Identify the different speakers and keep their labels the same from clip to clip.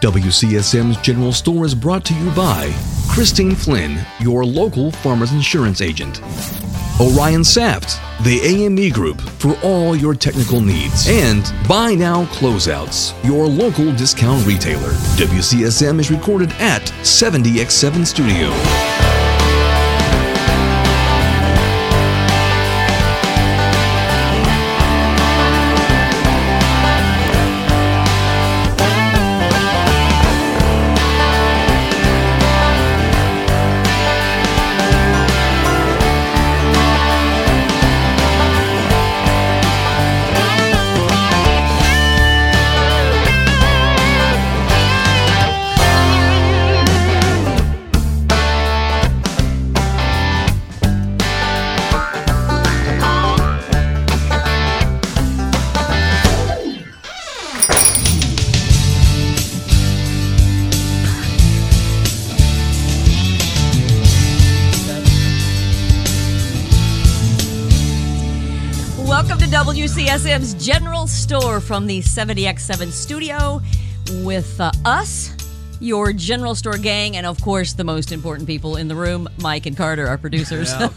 Speaker 1: WCSM's General Store is brought to you by Christine Flynn, your local farmer's insurance agent. Orion Saft, the AME Group for all your technical needs. And Buy Now Closeouts, your local discount retailer. WCSM is recorded at 70X7 Studio.
Speaker 2: Welcome to WCSM's General Store from the 70X7 studio with uh, us, your General Store gang, and of course, the most important people in the room, Mike and Carter, our producers.
Speaker 3: thought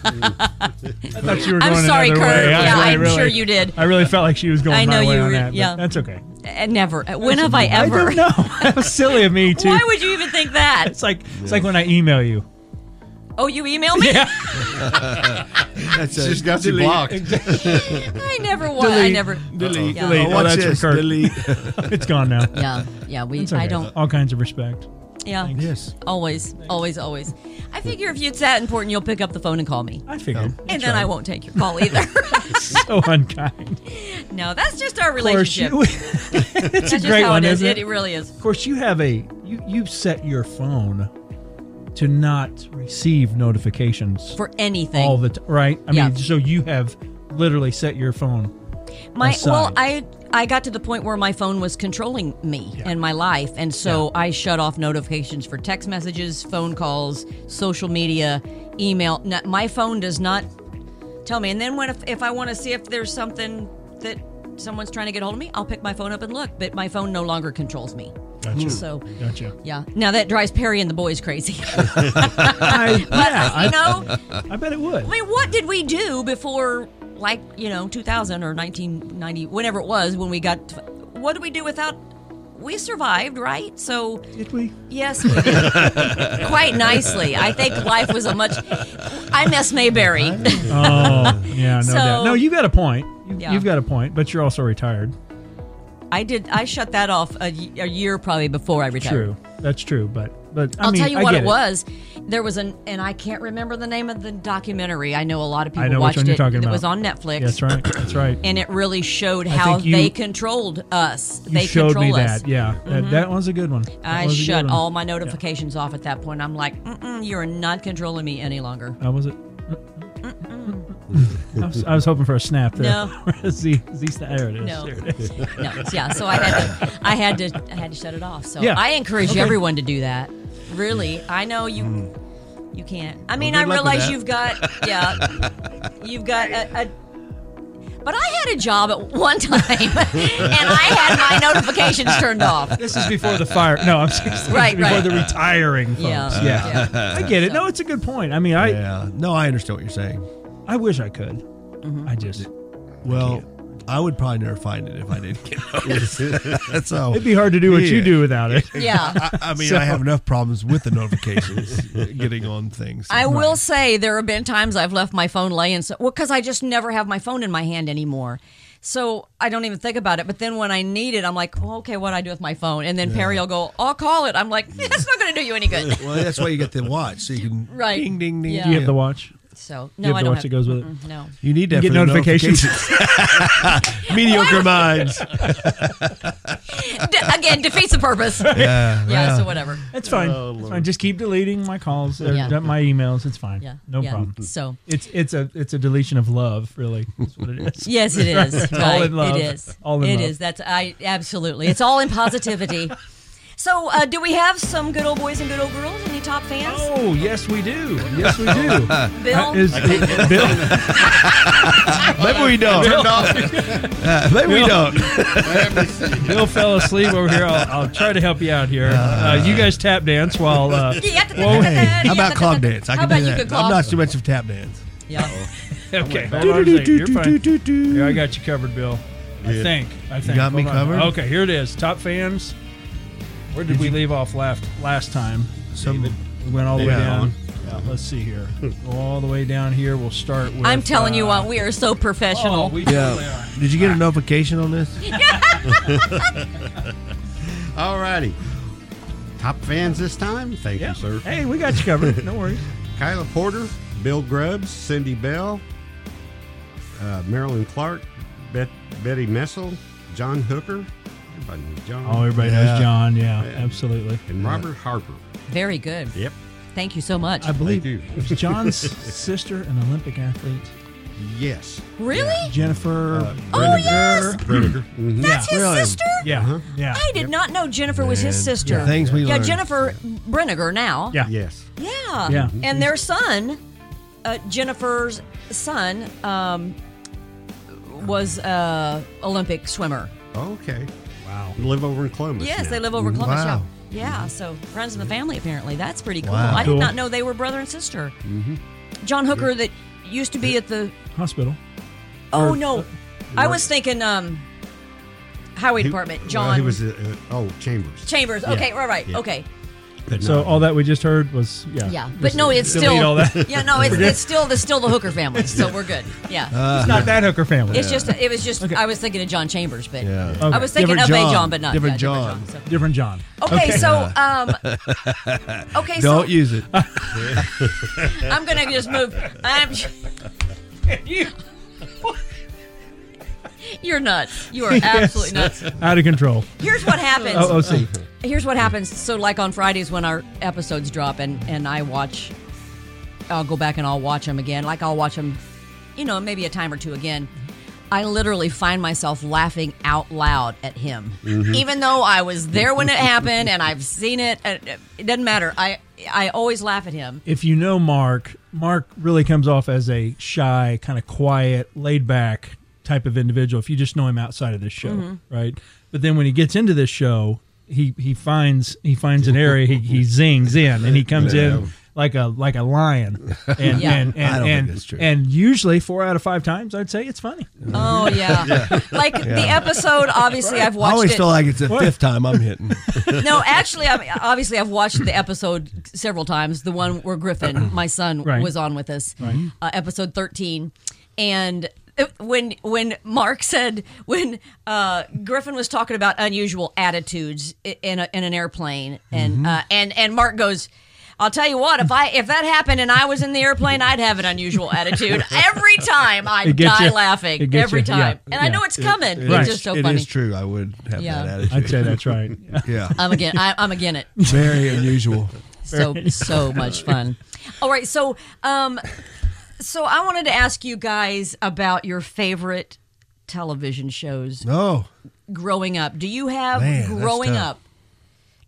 Speaker 3: you were
Speaker 2: I'm
Speaker 3: going
Speaker 2: sorry,
Speaker 3: another
Speaker 2: Kurt.
Speaker 3: way.
Speaker 2: Yeah,
Speaker 3: I
Speaker 2: I'm
Speaker 3: really-
Speaker 2: sure you did.
Speaker 3: I really felt like she was going
Speaker 2: I know
Speaker 3: my way
Speaker 2: you
Speaker 3: on
Speaker 2: were-
Speaker 3: that, but
Speaker 2: yeah.
Speaker 3: that's okay.
Speaker 2: Uh, Never. When have I ever?
Speaker 3: I don't know. How silly of me to.
Speaker 2: Why would you even think that?
Speaker 3: It's like it's like when I email you.
Speaker 2: Oh, you email me?
Speaker 4: That's
Speaker 5: She's got you blocked.
Speaker 2: I never was. I
Speaker 4: Delete.
Speaker 2: never.
Speaker 4: Delete.
Speaker 2: Yeah.
Speaker 3: Delete.
Speaker 4: Oh,
Speaker 3: Oh,
Speaker 4: watch
Speaker 3: that's
Speaker 4: this.
Speaker 3: from Kurt.
Speaker 4: Delete.
Speaker 3: It's gone now.
Speaker 2: Yeah, yeah. We.
Speaker 3: It's okay.
Speaker 2: I don't.
Speaker 3: All kinds of respect.
Speaker 2: Yeah.
Speaker 4: Yes.
Speaker 2: Always, always, always. I figure if it's that important, you'll pick up the phone and call me,
Speaker 3: I figured.
Speaker 2: and then I won't take your call either.
Speaker 3: So unkind.
Speaker 2: no, that's just our
Speaker 3: Of course,
Speaker 2: relationship.
Speaker 3: you,
Speaker 2: That's just
Speaker 3: great
Speaker 2: how
Speaker 3: one,
Speaker 2: it is.
Speaker 3: isn't it?
Speaker 2: It, really is.
Speaker 3: of course, you have a you you've set your phone to not receive notifications
Speaker 2: For anything.
Speaker 3: all the time, right? I
Speaker 2: Yeah.
Speaker 3: mean, so you have literally set your phone.
Speaker 2: my well
Speaker 3: aside.
Speaker 2: i i got to the point where my phone was controlling me and my life and so i shut off notifications for text messages phone calls social media email N- my phone does not tell me and then when if, if i want to see if there's something that someone's trying to get hold of me i'll pick my phone up and look but my phone no longer controls me
Speaker 3: Gotcha.
Speaker 2: so
Speaker 3: Gotcha.
Speaker 2: yeah now that drives perry and the boys crazy
Speaker 3: I, yeah,
Speaker 2: you
Speaker 3: I,
Speaker 2: know
Speaker 3: I bet it would.
Speaker 2: I mean, what did we do before, like, you know, 2000 or 1990, whenever it was, when we got. What did we do without. We survived, right? So,
Speaker 3: Did we?
Speaker 2: yes, we did. Quite nicely. I think life was a much. I miss Mayberry.
Speaker 3: Oh, yeah, no
Speaker 2: So-
Speaker 3: doubt. No, you got a point. You,
Speaker 2: Yeah.
Speaker 3: You've got a point, but you're also retired.
Speaker 2: I did. I shut that off a, y- a year probably before I retired.
Speaker 3: True, that's true. But but I
Speaker 2: I'll
Speaker 3: mean,
Speaker 2: tell you
Speaker 3: I
Speaker 2: what
Speaker 3: get
Speaker 2: it was. There was an, and I can't remember the name of the documentary. I know a lot of people
Speaker 3: I know which
Speaker 2: watched
Speaker 3: one you're
Speaker 2: it.
Speaker 3: talking
Speaker 2: It
Speaker 3: about.
Speaker 2: was on Netflix.
Speaker 3: That's right. That's right.
Speaker 2: And it really showed how
Speaker 3: think you-
Speaker 2: they controlled us.
Speaker 3: you
Speaker 2: they
Speaker 3: showed
Speaker 2: control
Speaker 3: me
Speaker 2: us. Mm-hmm.
Speaker 3: that. Yeah, that, that one's a good one. That
Speaker 2: I
Speaker 3: was a
Speaker 2: shut
Speaker 3: good one.
Speaker 2: all my notifications off at that point. I'm like, Mm-mm, you're not controlling me any longer.
Speaker 3: How was it? I, was, I was hoping for a snap there.
Speaker 2: No.
Speaker 3: Z, Z, snap. There it is.
Speaker 2: No.
Speaker 3: There it is.
Speaker 2: No, yeah. So I had to, I had to, I had to shut it off. So
Speaker 3: Yeah.
Speaker 2: I encourage
Speaker 3: Okay.
Speaker 2: everyone to do that. Really, I know you, you can't. I mean,
Speaker 5: good
Speaker 2: I
Speaker 5: luck with
Speaker 2: realize
Speaker 5: that.
Speaker 2: you've got, yeah, you've got a. a but I had a job at one time, and I had my notifications turned off.
Speaker 3: This is before the fire. No, I'm serious.
Speaker 2: Right,
Speaker 3: before
Speaker 2: right.
Speaker 3: the retiring. Folks.
Speaker 2: Yeah,
Speaker 3: yeah. I get it.
Speaker 2: So-
Speaker 3: No, it's a good point. I mean, I
Speaker 4: Yeah. No, I understand what you're saying.
Speaker 3: I wish I could.
Speaker 2: Mm-hmm.
Speaker 3: I just
Speaker 4: Well, I would probably never find it if I didn't get noticed. so
Speaker 3: it'd be hard to do what you
Speaker 4: Yeah.
Speaker 3: do without it.
Speaker 2: Yeah.
Speaker 4: I, I mean, I have enough problems with the notifications getting on things.
Speaker 2: I will say there have been times I've left my phone laying so well because I just never have my phone in my hand anymore. So I don't even think about it. But then when I need it, I'm like, well, okay, what do I do with my phone? And then Perry will go, I'll call it. I'm like, that's not going to do you any good.
Speaker 4: Well, that's why you get the watch, so you can
Speaker 2: Right.
Speaker 4: ding ding ding.
Speaker 2: Yeah.
Speaker 3: Do you have the watch?
Speaker 2: So
Speaker 3: you
Speaker 2: no,
Speaker 3: have
Speaker 2: I
Speaker 3: the
Speaker 2: don't have
Speaker 3: watch that goes with it?
Speaker 2: mm, No,
Speaker 4: You need to
Speaker 3: You get notifications.
Speaker 4: Mediocre minds.
Speaker 2: De- again, defeats the purpose. Yeah, So whatever.
Speaker 3: That's fine. It's fine. Just keep deleting my calls, or
Speaker 2: Yeah.
Speaker 3: my emails. It's fine.
Speaker 2: Yeah,
Speaker 3: No
Speaker 2: yeah.
Speaker 3: problem.
Speaker 2: So
Speaker 3: It's it's a it's a deletion of love, really. Is what it is.
Speaker 2: yes, it is.
Speaker 3: All
Speaker 2: Right.
Speaker 3: in love.
Speaker 2: It is.
Speaker 3: All in
Speaker 2: It
Speaker 3: love.
Speaker 2: is. That's I absolutely. It's all in positivity. So, uh, do we have some good old boys and good old girls? Any top fans?
Speaker 3: Oh, yes, we do. Yes, we do.
Speaker 2: Bill?
Speaker 3: Is- Bill?
Speaker 4: Maybe we don't. Uh, Maybe we don't.
Speaker 3: Bill fell asleep over here. I'll, I'll try to help you out here. Uh, you guys tap dance while. Uh,
Speaker 2: Yeah.
Speaker 3: Whoa.
Speaker 4: Hey, how about clog dance? I
Speaker 2: How
Speaker 4: can
Speaker 2: about
Speaker 4: do
Speaker 2: you
Speaker 4: that.
Speaker 2: could
Speaker 4: I'm
Speaker 2: clog?
Speaker 4: not too much of tap dance.
Speaker 2: Yeah.
Speaker 3: okay. hold on a second. You're fine. Here, I got you covered, Bill. I think. I think.
Speaker 4: got me
Speaker 3: Hold on.
Speaker 4: covered?
Speaker 3: Okay, here it is. Top fans. Where did, we leave off last last time?
Speaker 4: Some-
Speaker 3: We went all the way
Speaker 4: Yeah.
Speaker 3: down. Yeah, let's see here. Go all the way down here. We'll start with.
Speaker 2: I'm telling you
Speaker 3: uh,
Speaker 2: what, we are so
Speaker 3: Oh,
Speaker 2: professional.
Speaker 3: we totally are.
Speaker 4: Yeah. Did you
Speaker 3: Ah.
Speaker 4: get a notification on this?
Speaker 5: All righty. Top fans this time? Thank
Speaker 3: Yeah.
Speaker 5: you, sir.
Speaker 3: Hey, we got you covered. No worries.
Speaker 5: Kyla Porter, Bill Grubbs, Cindy Bell, uh, Marilyn Clark, Bet- Betty Messel, John Hooker. Everybody knew John.
Speaker 3: Oh, everybody knows
Speaker 4: Yeah.
Speaker 3: John. Yeah, absolutely.
Speaker 5: and Robert Harper.
Speaker 2: Very good.
Speaker 5: Yep.
Speaker 2: Thank you so much.
Speaker 3: I believe
Speaker 5: you.
Speaker 3: was John's sister an Olympic athlete?
Speaker 5: Yes.
Speaker 2: really?
Speaker 3: Jennifer.
Speaker 2: Oh, yes!
Speaker 5: Predator.
Speaker 2: That's his
Speaker 4: Really?
Speaker 2: sister?
Speaker 3: Yeah. Yeah.
Speaker 2: I did not know Jennifer was his
Speaker 4: And
Speaker 2: sister.
Speaker 4: Things we
Speaker 2: Yeah,
Speaker 4: learned.
Speaker 2: Jennifer Brenniger now.
Speaker 3: Yeah.
Speaker 5: Yes.
Speaker 2: Yeah.
Speaker 3: Yeah.
Speaker 2: And their son, uh, Jennifer's son, um, was a Olympic swimmer.
Speaker 5: Okay.
Speaker 3: Wow.
Speaker 5: They live over in Columbus.
Speaker 2: Yes,
Speaker 5: now.
Speaker 2: they live over Columbus.
Speaker 4: Wow.
Speaker 2: Yeah. Yeah, so friends in the family apparently. That's pretty cool.
Speaker 4: Wow.
Speaker 2: I did
Speaker 3: Cool.
Speaker 2: not know they were brother and sister. Mm-hmm. John Hooker that used to be at the
Speaker 3: Hospital.
Speaker 2: Oh no. I was thinking um Highway
Speaker 5: He-
Speaker 2: Department.
Speaker 5: well,
Speaker 2: John
Speaker 5: he was. Uh, uh, oh, Chambers.
Speaker 2: Chambers. Okay, right, right.
Speaker 5: Yeah.
Speaker 2: Okay.
Speaker 5: But
Speaker 3: So
Speaker 5: no.
Speaker 3: all that we just heard was yeah.
Speaker 2: Yeah.
Speaker 3: Just
Speaker 2: But no, it's
Speaker 3: delete
Speaker 2: still
Speaker 3: all that. It's
Speaker 2: Yeah, no, it's, it's still it's still the Hooker family. So we're good. Yeah.
Speaker 3: not that hooker family.
Speaker 2: It's just it was just I was thinking of John Chambers, but
Speaker 4: Yeah.
Speaker 2: I
Speaker 3: Okay.
Speaker 2: was thinking
Speaker 4: Different
Speaker 2: of
Speaker 4: John.
Speaker 2: a John, but not
Speaker 4: Different
Speaker 2: yeah,
Speaker 4: John.
Speaker 2: so.
Speaker 3: different John.
Speaker 2: Okay, so um, okay, so
Speaker 4: Don't use it.
Speaker 2: I'm gonna just move. I'm,
Speaker 3: You-
Speaker 2: you're nuts. You are absolutely nuts.
Speaker 3: Out of control.
Speaker 2: Here's what happens.
Speaker 3: Oh, OC.
Speaker 2: Here's what happens. So, like on Fridays when our episodes drop, and and I watch, I'll go back and I'll watch them again. Like I'll watch them, you know, maybe a time or two again. I literally find myself laughing out loud at him, even though I was there when it happened and I've seen it. and It doesn't matter. I I always laugh at him.
Speaker 3: If you know Mark, Mark really comes off as a shy, kind of quiet, laid back type of individual. If you just know him outside of this show,
Speaker 2: Mm-hmm.
Speaker 3: right? But then when he gets into this show, he he finds he finds an area. He, he zings in and he comes in. Like a like a lion, and
Speaker 2: Yeah.
Speaker 3: and and,
Speaker 4: I don't think
Speaker 3: and,
Speaker 4: that's true.
Speaker 3: and usually four out of five times I'd say it's funny.
Speaker 2: Oh yeah, like the episode. Obviously, I've
Speaker 4: I
Speaker 2: watched
Speaker 4: always
Speaker 2: it.
Speaker 4: feel like it's the fifth time I'm hitting.
Speaker 2: no, actually, I mean, obviously, I've watched the episode several times. The one where Griffin, my son,
Speaker 3: Right.
Speaker 2: was on with us, uh, episode thirteen, and uh, when when Mark said when uh, Griffin was talking about unusual attitudes i- in a, in an airplane, and
Speaker 3: Mm-hmm.
Speaker 2: uh, and and Mark goes. I'll tell you what, if I if that happened and I was in the airplane, I'd have an unusual attitude. Every time I
Speaker 3: It gets
Speaker 2: die
Speaker 3: you. It
Speaker 2: laughing.
Speaker 3: gets
Speaker 2: Every
Speaker 3: you. Yeah.
Speaker 2: time. And I
Speaker 3: Yeah.
Speaker 2: know it's coming.
Speaker 4: It
Speaker 2: It's
Speaker 4: is-
Speaker 2: just so
Speaker 4: it
Speaker 2: funny.
Speaker 4: is true. I would have
Speaker 2: Yeah.
Speaker 4: that attitude.
Speaker 3: I'd say that's right.
Speaker 4: yeah.
Speaker 2: I'm again I, I'm again it.
Speaker 4: Very unusual.
Speaker 2: so so much fun. All right, so um, so I wanted to ask you guys about your favorite television shows
Speaker 4: Oh,
Speaker 2: growing up. Do you have
Speaker 4: Man, that's
Speaker 2: growing
Speaker 4: tough.
Speaker 2: up?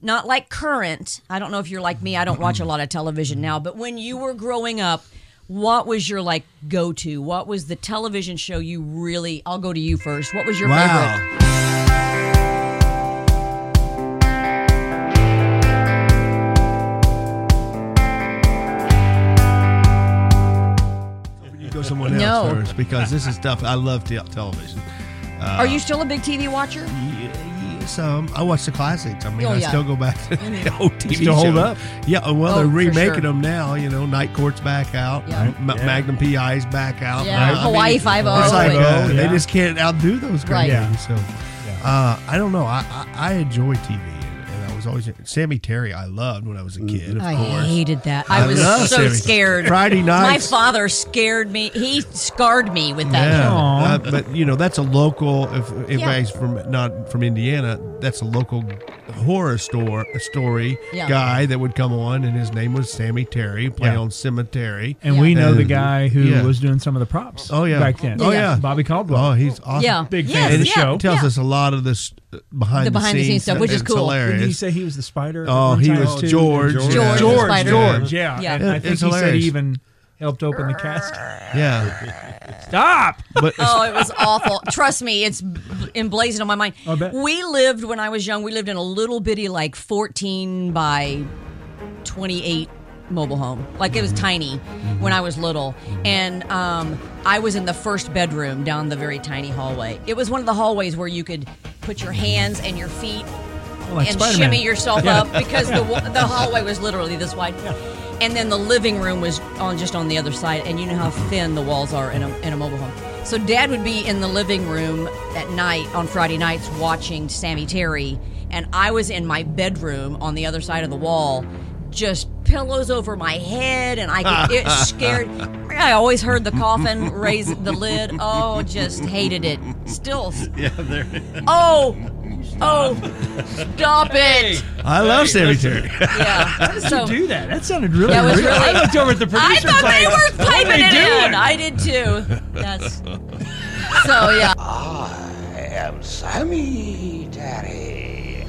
Speaker 2: Not like current. I don't know if you're like me. I don't watch a lot of television now, but when you were growing up, what was your like go to? What was the television show you really? I'll go to you first. What was your favorite?
Speaker 4: wow. You Go someone else
Speaker 2: No.
Speaker 4: first because this is stuff I love te- television.
Speaker 2: Are you still a big TV watcher?
Speaker 4: Yeah, Some I watch the classics. I mean,
Speaker 2: Oh,
Speaker 4: I
Speaker 2: yeah.
Speaker 4: still go back to the old TV
Speaker 3: Still hold
Speaker 4: shows.
Speaker 3: up.
Speaker 4: Yeah, oh, well,
Speaker 2: Oh,
Speaker 4: they're
Speaker 2: for
Speaker 4: remaking
Speaker 2: sure.
Speaker 4: them now. You know, Night Court's back out.
Speaker 2: Yeah. Right.
Speaker 4: Ma- Magnum PI's back out.
Speaker 2: Yeah,
Speaker 4: I mean,
Speaker 2: Hawaii Five-O.
Speaker 4: It's like,
Speaker 3: Hawaii
Speaker 4: uh,
Speaker 3: Five-O,
Speaker 4: they
Speaker 3: oh, yeah.
Speaker 4: just can't outdo those
Speaker 2: Right.
Speaker 4: guys.
Speaker 3: Yeah.
Speaker 4: So, uh, I don't know. I, I, I enjoy TV, and, and I was always Sammy Terry. I loved when I was a
Speaker 3: Mm-hmm.
Speaker 4: kid. Of
Speaker 2: I
Speaker 4: course.
Speaker 2: hated that. I,
Speaker 4: I
Speaker 2: was
Speaker 4: love
Speaker 2: so
Speaker 4: Sammy.
Speaker 2: scared.
Speaker 4: Friday
Speaker 2: My
Speaker 4: nights.
Speaker 2: father scared me. He scarred me with that.
Speaker 4: Yeah,
Speaker 3: Aw.
Speaker 4: Uh, but you know that's a local. If if
Speaker 2: Yeah.
Speaker 4: anybody's from not from Indiana, that's a local horror store story
Speaker 2: Yeah.
Speaker 4: guy that would come on, and his name was Sammy Terry, play
Speaker 3: Yeah.
Speaker 4: on Cemetery.
Speaker 3: And
Speaker 2: Yeah.
Speaker 3: we know the
Speaker 4: And-
Speaker 3: guy who
Speaker 4: yeah.
Speaker 3: was doing some of the props.
Speaker 4: Oh, yeah.
Speaker 3: back then.
Speaker 4: Oh, yeah.
Speaker 3: Bobby Caldwell.
Speaker 4: Oh, he's awesome.
Speaker 2: Yeah.
Speaker 3: Big fan
Speaker 2: yes,
Speaker 3: of the
Speaker 2: yeah,
Speaker 3: show.
Speaker 4: tells
Speaker 2: yeah.
Speaker 4: us a lot of this uh, behind,
Speaker 2: The behind the scenes stuff, which is
Speaker 4: It's
Speaker 2: cool.
Speaker 3: Didn't he
Speaker 4: hilarious.
Speaker 3: say he was the spider? at
Speaker 4: Oh,
Speaker 3: one
Speaker 4: he
Speaker 3: time,
Speaker 4: was
Speaker 3: too?
Speaker 4: George.
Speaker 5: George.
Speaker 4: yeah.
Speaker 2: George the
Speaker 3: George,
Speaker 2: spider.
Speaker 3: George, yeah.
Speaker 2: Yeah.
Speaker 3: And I
Speaker 4: It-
Speaker 3: think
Speaker 4: it's
Speaker 3: he said he
Speaker 4: hilarious.
Speaker 3: even helped open the casket.
Speaker 4: Yeah,
Speaker 3: Stop.
Speaker 4: but
Speaker 2: Oh, it was awful. Trust me, it's b- emblazoned on my mind.
Speaker 3: I bet.
Speaker 2: We lived when I was young. We lived in a little bitty, like fourteen by twenty-eight mobile home. Like it was tiny when I was little, and um, I was in the first bedroom down the very tiny hallway. It was one of the hallways where you could put your hands and your feet
Speaker 3: Oh, Like
Speaker 2: and
Speaker 3: Spider-Man.
Speaker 2: shimmy yourself up because the wa- the hallway was literally this wide. And then the living room was on just on the other side, and you know how thin the walls are in a, in a mobile home. So Dad would be in the living room at night on Friday nights watching Sammy Terry, and I was in my bedroom on the other side of the wall, just pillows over my head, and I could, it scared. I always heard the coffin raise the lid. Oh, just hated it. Still. Yeah, there. Oh, oh, stop it.
Speaker 4: I love Sammy Terry.
Speaker 2: Yeah. so,
Speaker 3: do that. That sounded really.
Speaker 2: That was
Speaker 3: weird. I
Speaker 2: really-
Speaker 3: looked over at the producer.
Speaker 2: I thought
Speaker 3: like,
Speaker 2: they were
Speaker 3: "What are
Speaker 2: piping
Speaker 3: they
Speaker 2: it in.
Speaker 3: doing?"
Speaker 2: I did too. That's so yeah.
Speaker 6: I am Sammy Terry.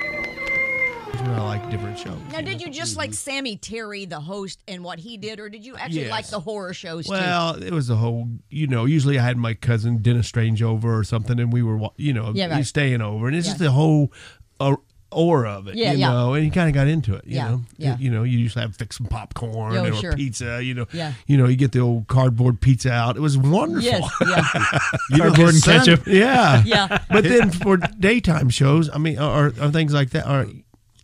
Speaker 4: That's when I like different shows.
Speaker 2: Now, did you just like Sammy Terry, the host, and what he did, or did you actually
Speaker 4: Yes.
Speaker 2: like the horror shows
Speaker 4: Well, it was the whole, you know, usually I had my cousin Dennis Strange over or something, and we were, wa- you know,
Speaker 2: Yeah, right.
Speaker 4: he's staying over, and it's just
Speaker 2: Yeah.
Speaker 4: the whole uh, aura of it,
Speaker 2: Yeah,
Speaker 4: you
Speaker 2: yeah.
Speaker 4: know, and he kind of got into it, you
Speaker 2: Yeah,
Speaker 4: know.
Speaker 2: yeah.
Speaker 4: You know, you used to have fix some popcorn
Speaker 2: Oh,
Speaker 4: or
Speaker 2: sure.
Speaker 4: pizza, you know,
Speaker 2: Yeah.
Speaker 4: you know, you get the old cardboard pizza out. It was
Speaker 2: too?
Speaker 4: wonderful.
Speaker 2: Yes, yeah,
Speaker 5: You know,
Speaker 3: Cardboard and
Speaker 5: his son-
Speaker 3: ketchup.
Speaker 4: yeah.
Speaker 2: yeah.
Speaker 4: But then for daytime shows, I mean, or, or things like that, or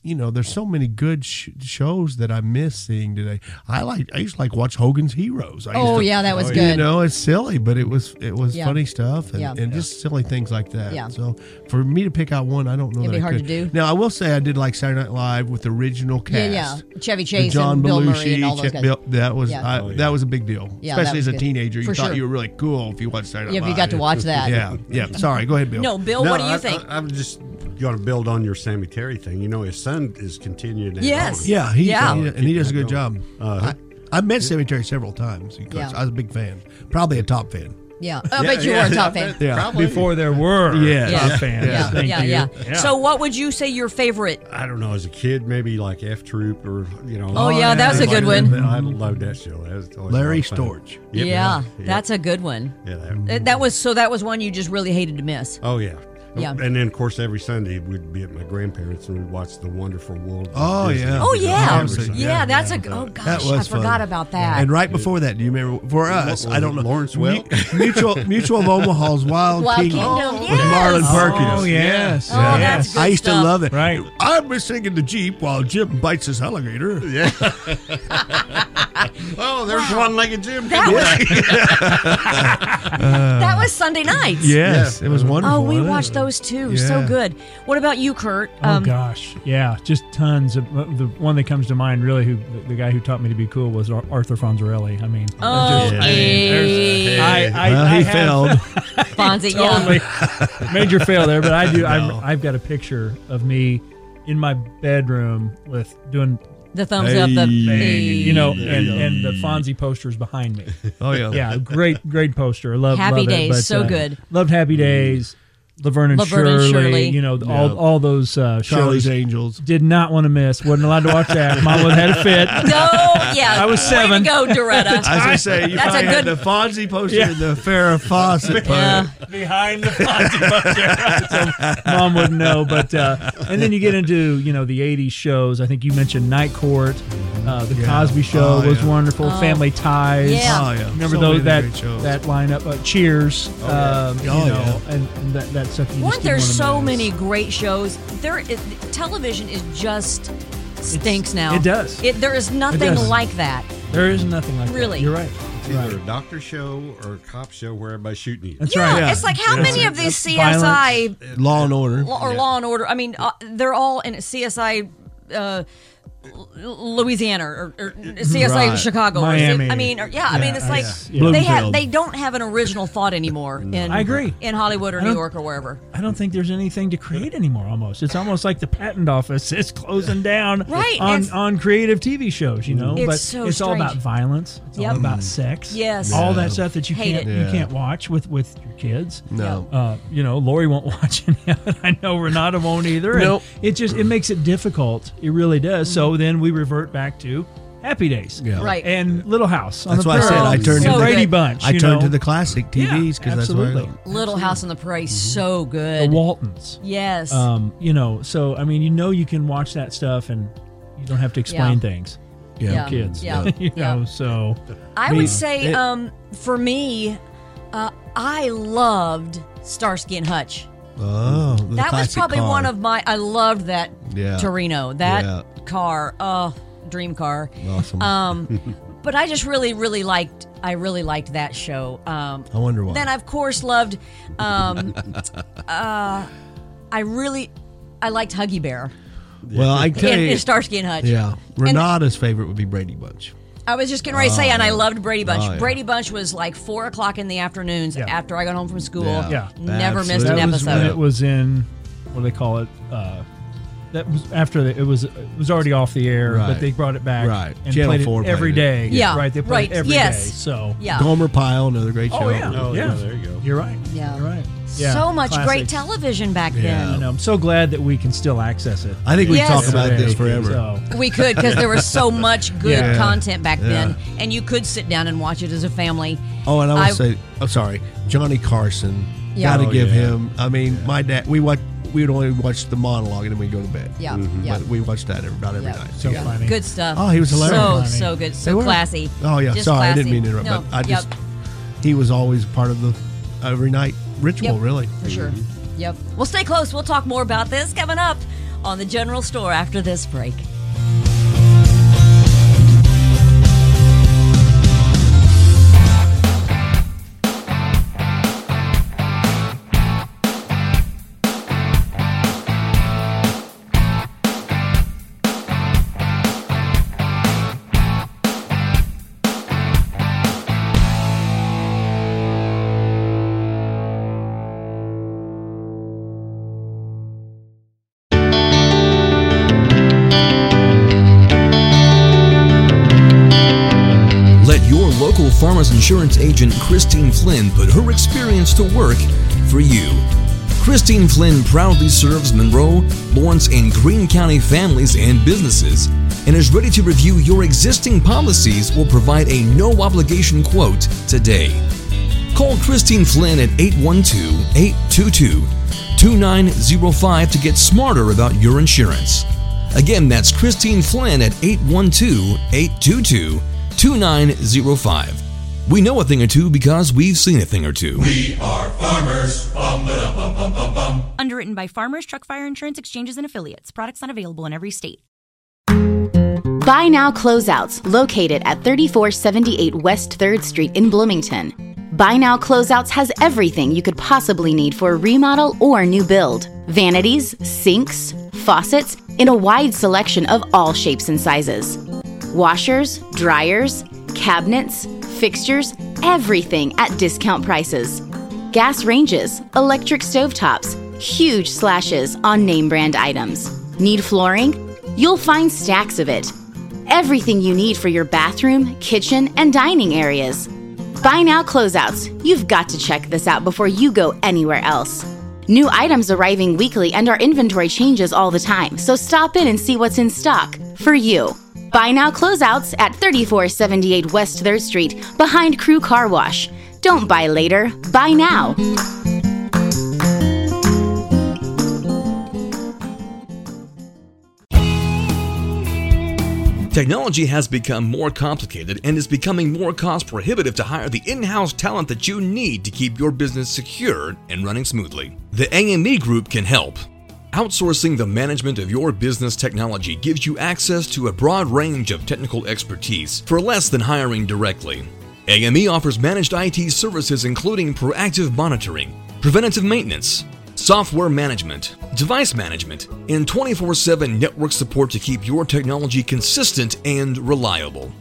Speaker 4: you know, there's so many good sh- shows that I miss seeing today. I like, I used to like watch Hogan's Heroes. I used
Speaker 2: Oh
Speaker 4: to-
Speaker 2: yeah, that was
Speaker 4: you
Speaker 2: good.
Speaker 4: know, it's silly, but it was it was
Speaker 2: Yeah.
Speaker 4: funny stuff and,
Speaker 2: Yeah.
Speaker 4: and just silly things like that.
Speaker 2: Yeah.
Speaker 4: So for me to pick out one, I don't know.
Speaker 2: It'd
Speaker 4: that
Speaker 2: be
Speaker 4: I
Speaker 2: hard to
Speaker 4: could.
Speaker 2: do.
Speaker 4: Now I will say I did like Saturday Night Live with the original
Speaker 2: Yeah,
Speaker 4: cast.
Speaker 2: yeah. Chevy
Speaker 4: The
Speaker 2: Chase
Speaker 4: John
Speaker 2: and Bill
Speaker 4: Belushi,
Speaker 2: Murray and all those
Speaker 4: Chet
Speaker 2: guys.
Speaker 4: Bill- that was
Speaker 2: Yeah.
Speaker 4: I, that was a big deal,
Speaker 2: Yeah, that
Speaker 4: especially
Speaker 2: was
Speaker 4: as a
Speaker 2: good.
Speaker 4: teenager. You
Speaker 2: For
Speaker 4: thought
Speaker 2: sure.
Speaker 4: you were really cool if you watched Saturday Night
Speaker 2: yeah, if
Speaker 4: Live.
Speaker 2: you got to watch that.
Speaker 4: Yeah, yeah. Sorry, go ahead, Bill.
Speaker 2: No, Bill, what do you
Speaker 5: I-
Speaker 2: think?
Speaker 5: I, am just going to build on your Sammy Terry thing. You know, his son is continuing. that
Speaker 2: Yes.
Speaker 5: on.
Speaker 4: Yeah, he,
Speaker 2: Yeah.
Speaker 4: he- and he does a good job.
Speaker 5: Uh,
Speaker 4: I, I met Sammy Terry several times. because
Speaker 2: Yeah.
Speaker 4: I was a big fan, probably a top fan.
Speaker 2: yeah, I bet you were a top fan.
Speaker 4: Yeah.
Speaker 5: Probably.
Speaker 3: Before there were
Speaker 4: Yes.
Speaker 2: Yeah.
Speaker 3: top fans.
Speaker 2: Yeah,
Speaker 3: Thank
Speaker 2: yeah,
Speaker 3: you.
Speaker 2: yeah, So, what would you say your favorite?
Speaker 5: I don't know. As a kid, maybe like F Troop or you know.
Speaker 2: Oh, yeah, that was a good
Speaker 5: like-
Speaker 2: one.
Speaker 5: I loved that show. That was always
Speaker 4: Larry
Speaker 5: a lot of fun.
Speaker 4: Storch.
Speaker 5: Yep.
Speaker 2: yeah,
Speaker 5: Yep.
Speaker 2: that's a good one.
Speaker 5: yeah. that-
Speaker 2: Uh, That was so. That was one you just really hated to miss.
Speaker 5: Oh yeah.
Speaker 2: Yeah.
Speaker 5: And then, of course, every Sunday we'd be at my grandparents and we'd watch The Wonderful World. of
Speaker 4: Oh,
Speaker 5: Disney.
Speaker 4: yeah.
Speaker 2: Oh
Speaker 5: You know,
Speaker 2: yeah,
Speaker 5: every
Speaker 2: yeah.
Speaker 5: Sunday.
Speaker 2: that's a. Oh gosh,
Speaker 4: That was
Speaker 2: I forgot
Speaker 4: fun.
Speaker 2: about that.
Speaker 4: And right before that, do you remember? For us, I don't know.
Speaker 5: Lawrence Welk?
Speaker 4: Mu- Mutual Mutual of Omaha's Wild,
Speaker 2: Wild
Speaker 4: Kingdom,
Speaker 2: Kingdom,
Speaker 4: with
Speaker 2: yes.
Speaker 4: Marlon Perkins.
Speaker 3: Oh yes.
Speaker 2: Oh, that's
Speaker 3: yes.
Speaker 2: good
Speaker 4: I used
Speaker 2: stuff.
Speaker 4: to love it.
Speaker 3: Right.
Speaker 4: I'm singing the jeep while Jim bites his alligator.
Speaker 5: Oh, there's one legged Jim.
Speaker 2: That was
Speaker 3: Uh,
Speaker 2: that was Sunday nights.
Speaker 4: Yes, it was wonderful.
Speaker 2: Oh, we
Speaker 4: wasn't it?
Speaker 2: watched those too. So
Speaker 4: Yeah.
Speaker 2: good. What about you, Kurt? Um,
Speaker 3: Oh gosh, yeah, just tons of uh, the one that comes to mind. Really, who the, the guy who taught me to be cool was Ar- Arthur Fonzarelli. I mean,
Speaker 2: Oh,
Speaker 3: just- I mean, there's- I, I,
Speaker 4: Well,
Speaker 3: I
Speaker 4: he
Speaker 3: have-
Speaker 4: failed.
Speaker 2: Fonzie, yeah.
Speaker 3: totally major fail there, but I do. I've, I've got a picture of me in my bedroom with doing,
Speaker 2: The thumbs up. The
Speaker 3: you know, and, and the Fonzie posters behind me.
Speaker 4: Oh yeah.
Speaker 3: Yeah, great, great poster. I Love
Speaker 2: Happy
Speaker 3: love it,
Speaker 2: Days,
Speaker 3: but, uh,
Speaker 2: so good.
Speaker 3: Loved Happy
Speaker 4: Mm.
Speaker 3: Days, Laverne and,
Speaker 2: Laverne and
Speaker 3: Shirley,
Speaker 2: Shirley.
Speaker 3: You know, all all those uh,
Speaker 4: Charlie's
Speaker 3: shows.
Speaker 4: Angels.
Speaker 3: Did not want to miss. wasn't allowed to watch that. Mama had a fit.
Speaker 2: No, yeah.
Speaker 3: I was seven.
Speaker 2: Way to go, Doretta.
Speaker 4: As I say, you
Speaker 2: That's a
Speaker 4: probably had
Speaker 2: good-
Speaker 4: the Fonzie poster
Speaker 3: Yeah.
Speaker 4: and the Farrah Fawcett poster.
Speaker 2: Yeah.
Speaker 3: behind the Fonzie poster. so mom wouldn't know, but uh, and then you get into you know the '80s shows. I think you mentioned Night Court, uh, the Cosby Show
Speaker 4: Oh,
Speaker 3: was
Speaker 4: yeah.
Speaker 3: wonderful. Family Ties.
Speaker 2: Yeah.
Speaker 4: Oh yeah.
Speaker 3: Remember
Speaker 4: So
Speaker 3: those
Speaker 4: many
Speaker 3: that
Speaker 4: great shows.
Speaker 3: that lineup? Uh, Cheers. um, you
Speaker 4: Oh,
Speaker 3: know, and, and that, that stuff. You
Speaker 2: Weren't
Speaker 3: just didn't
Speaker 2: there
Speaker 3: wanna
Speaker 2: so
Speaker 3: miss.
Speaker 2: many great shows? There, is, television is just stinks now.
Speaker 3: it does.
Speaker 2: It, there is nothing
Speaker 3: does.
Speaker 2: like that.
Speaker 3: There is nothing like
Speaker 2: Really?
Speaker 3: that. You're right.
Speaker 5: It's either a doctor show or a cop show where everybody's shooting you.
Speaker 3: That's
Speaker 2: yeah,
Speaker 3: right.
Speaker 2: it's like how
Speaker 3: That's
Speaker 2: many
Speaker 3: it.
Speaker 2: of these CSI
Speaker 3: Violence.
Speaker 4: Law and Order.
Speaker 2: Law- or Law and Order. I mean, uh, they're all in CSI. Uh, L- Louisiana or, or CSI
Speaker 4: Right.
Speaker 2: Chicago. or-
Speaker 3: Mm-hmm. Miami.
Speaker 2: I mean, or, yeah, I mean, it's like
Speaker 3: yeah.
Speaker 2: they have
Speaker 4: Bloomfield.
Speaker 2: they don't have an original thought anymore. In,
Speaker 3: I agree.
Speaker 2: in Hollywood or
Speaker 3: don't-
Speaker 2: New York or wherever.
Speaker 3: I don't think there's anything to create anymore. Almost, it's almost like the patent office is closing down
Speaker 2: Right,
Speaker 3: on
Speaker 2: it's-
Speaker 3: on creative TV shows. You know,
Speaker 2: It's
Speaker 3: but
Speaker 2: so
Speaker 3: it's all about
Speaker 2: strange.
Speaker 3: violence. It's
Speaker 2: Yep.
Speaker 3: all about sex.
Speaker 2: Yes.
Speaker 3: all that stuff that you
Speaker 2: Hate
Speaker 3: can't
Speaker 2: it.
Speaker 3: you
Speaker 4: Mm. Yeah.
Speaker 3: can't watch with with your kids.
Speaker 4: No.
Speaker 3: Uh, you know, Lori won't watch any of it. I know Renata won't either. and
Speaker 4: Nope.
Speaker 3: It just it makes it difficult. It really does. So then we revert back to Happy Days.
Speaker 4: Yeah.
Speaker 2: Mm-hmm. Right.
Speaker 3: And Little House. On
Speaker 4: That's
Speaker 3: the
Speaker 4: why I said I
Speaker 2: Girls,
Speaker 4: turned
Speaker 2: so
Speaker 4: to the
Speaker 3: Brady
Speaker 2: good.
Speaker 3: Bunch.
Speaker 4: I
Speaker 3: you
Speaker 4: turned
Speaker 3: know?
Speaker 4: to the classic TVs
Speaker 3: Yeah,
Speaker 4: because that's why.
Speaker 3: absolutely. Mm-hmm.
Speaker 4: I-
Speaker 2: Little House on the Prairie, so
Speaker 3: The
Speaker 2: good.
Speaker 3: Waltons.
Speaker 2: yes.
Speaker 3: Um, you know, so I mean, you know, you can watch that stuff and you don't have to explain
Speaker 2: Yeah.
Speaker 3: things.
Speaker 4: Yeah.
Speaker 2: Yeah.
Speaker 3: Kids.
Speaker 2: Yeah.
Speaker 3: you
Speaker 2: Yeah.
Speaker 3: know, so
Speaker 2: I
Speaker 3: Me.
Speaker 2: would say,
Speaker 4: It-
Speaker 2: um, for me, uh, I loved Starsky and Hutch.
Speaker 4: Oh, the
Speaker 2: that was
Speaker 4: classic
Speaker 2: probably
Speaker 4: car.
Speaker 2: one of my. I loved that
Speaker 4: Yeah.
Speaker 2: Torino, that
Speaker 4: Yeah.
Speaker 2: car, oh, dream car.
Speaker 4: Awesome.
Speaker 2: Um, but I just really, really liked. I really liked that show. Um,
Speaker 4: I wonder why.
Speaker 2: Then I, of course, loved. Um, uh, I really, I liked Huggy Bear
Speaker 4: well, I tell
Speaker 2: and,
Speaker 4: you,
Speaker 2: and Starsky and Hutch.
Speaker 4: yeah, Renata's favorite would be Brady Bunch.
Speaker 2: I was just getting ready to say, and I loved Brady Bunch.
Speaker 4: Oh, yeah.
Speaker 2: Brady Bunch was like four o'clock in the afternoons
Speaker 3: Yeah.
Speaker 2: after I got home from school.
Speaker 4: Yeah.
Speaker 3: Yeah.
Speaker 2: never missed
Speaker 4: Absolutely.
Speaker 2: an
Speaker 3: that was when
Speaker 2: episode.
Speaker 3: it was in what do they call it? Uh, that was after the, it was it was already off the air, but
Speaker 4: Right.
Speaker 3: they brought it back
Speaker 4: Right.
Speaker 3: and
Speaker 4: Channel
Speaker 3: played
Speaker 4: four
Speaker 3: it every
Speaker 4: played
Speaker 3: day.
Speaker 4: it.
Speaker 2: Yeah.
Speaker 3: right. They played
Speaker 2: Right.
Speaker 3: it every day.
Speaker 2: Yes.
Speaker 3: So
Speaker 2: yeah,
Speaker 4: Gomer Pyle, another great show.
Speaker 3: oh yeah,
Speaker 5: Oh, yeah,
Speaker 3: yeah.
Speaker 5: there you go.
Speaker 3: You're right.
Speaker 2: Yeah.
Speaker 3: you're right. Yeah,
Speaker 2: so much great
Speaker 3: classics.
Speaker 2: television back
Speaker 3: And
Speaker 2: then.
Speaker 3: I'm so glad that we can still access it.
Speaker 4: I think we
Speaker 2: Yes.
Speaker 4: talk about
Speaker 3: Today.
Speaker 4: this forever.
Speaker 3: So,
Speaker 2: We could because there was so much good
Speaker 4: Yeah.
Speaker 2: content back
Speaker 4: Yeah.
Speaker 2: then, and you could sit down and watch it as a family.
Speaker 4: Oh, and I
Speaker 2: I-
Speaker 4: would say, I'm sorry, Johnny Carson.
Speaker 2: Yeah.
Speaker 4: Got to
Speaker 2: Oh,
Speaker 4: give
Speaker 5: yeah.
Speaker 4: him. I mean, my dad. We watch. We would only watch the monologue and then we go to bed.
Speaker 2: Yeah, yeah.
Speaker 4: Mm-hmm. But we watched that every, about every
Speaker 2: Yeah.
Speaker 4: night.
Speaker 3: so funny.
Speaker 2: Good stuff.
Speaker 4: Oh, he was hilarious.
Speaker 2: So
Speaker 3: Funny.
Speaker 2: so good,
Speaker 4: They
Speaker 2: so
Speaker 4: were-
Speaker 2: classy.
Speaker 4: Oh yeah.
Speaker 2: Just
Speaker 4: sorry,
Speaker 2: classy.
Speaker 4: I didn't mean to interrupt.
Speaker 2: No,
Speaker 4: but
Speaker 2: yep,
Speaker 4: I just he was always part of the every night ritual.
Speaker 2: Yep.
Speaker 4: Really.
Speaker 2: for sure.
Speaker 4: Mm-hmm.
Speaker 2: Yep. Well, stay close. We'll talk more about this coming up on the General Store after this break.
Speaker 1: Let your local farmers insurance agent Christine Flynn put her experience to work for you. Christine Flynn proudly serves Monroe, Lawrence, and Greene County families and businesses and is ready to review your existing policies or provide a no obligation quote today. Call Christine Flynn at 812 822 2905 to get smarter about your insurance. Again, that's Christine Flynn at 812 822 2905. We know a thing or two because we've seen a thing or two.
Speaker 7: Underwritten by Farmers Truck Fire Insurance Exchanges and Affiliates. Products not available in every state.
Speaker 8: Buy Now Closeouts, located at 3478 West 3rd Street in Bloomington. Buy Now Closeouts has everything you could possibly need for a remodel or new build vanities, sinks, faucets, in a wide selection of all shapes and sizes. Washers, dryers, cabinets, fixtures, everything at discount prices. Gas ranges, electric stovetops, huge slashes on name brand items. Need flooring? You'll find stacks of it everything you need for your bathroom, kitchen, and dining areas. Buy now closeouts. You've got to check this out before you go anywhere else. New items arriving weekly and our inventory changes all the time, so stop in and see what's in stock for you. Buy now closeouts at 3478 West 3rd Street behind Crew Car Wash. Don't buy later, buy now.
Speaker 1: Technology has become more complicated and is becoming more cost prohibitive to hire the in house talent that you need to keep your business secure and running smoothly. The AME Group can help. Outsourcing the management of your business technology gives you access to a broad range of technical expertise for less than hiring directly. E AME offers managed IT services including proactive monitoring, preventative maintenance, software management, device management, and 24 7 network support to keep your technology consistent and reliable.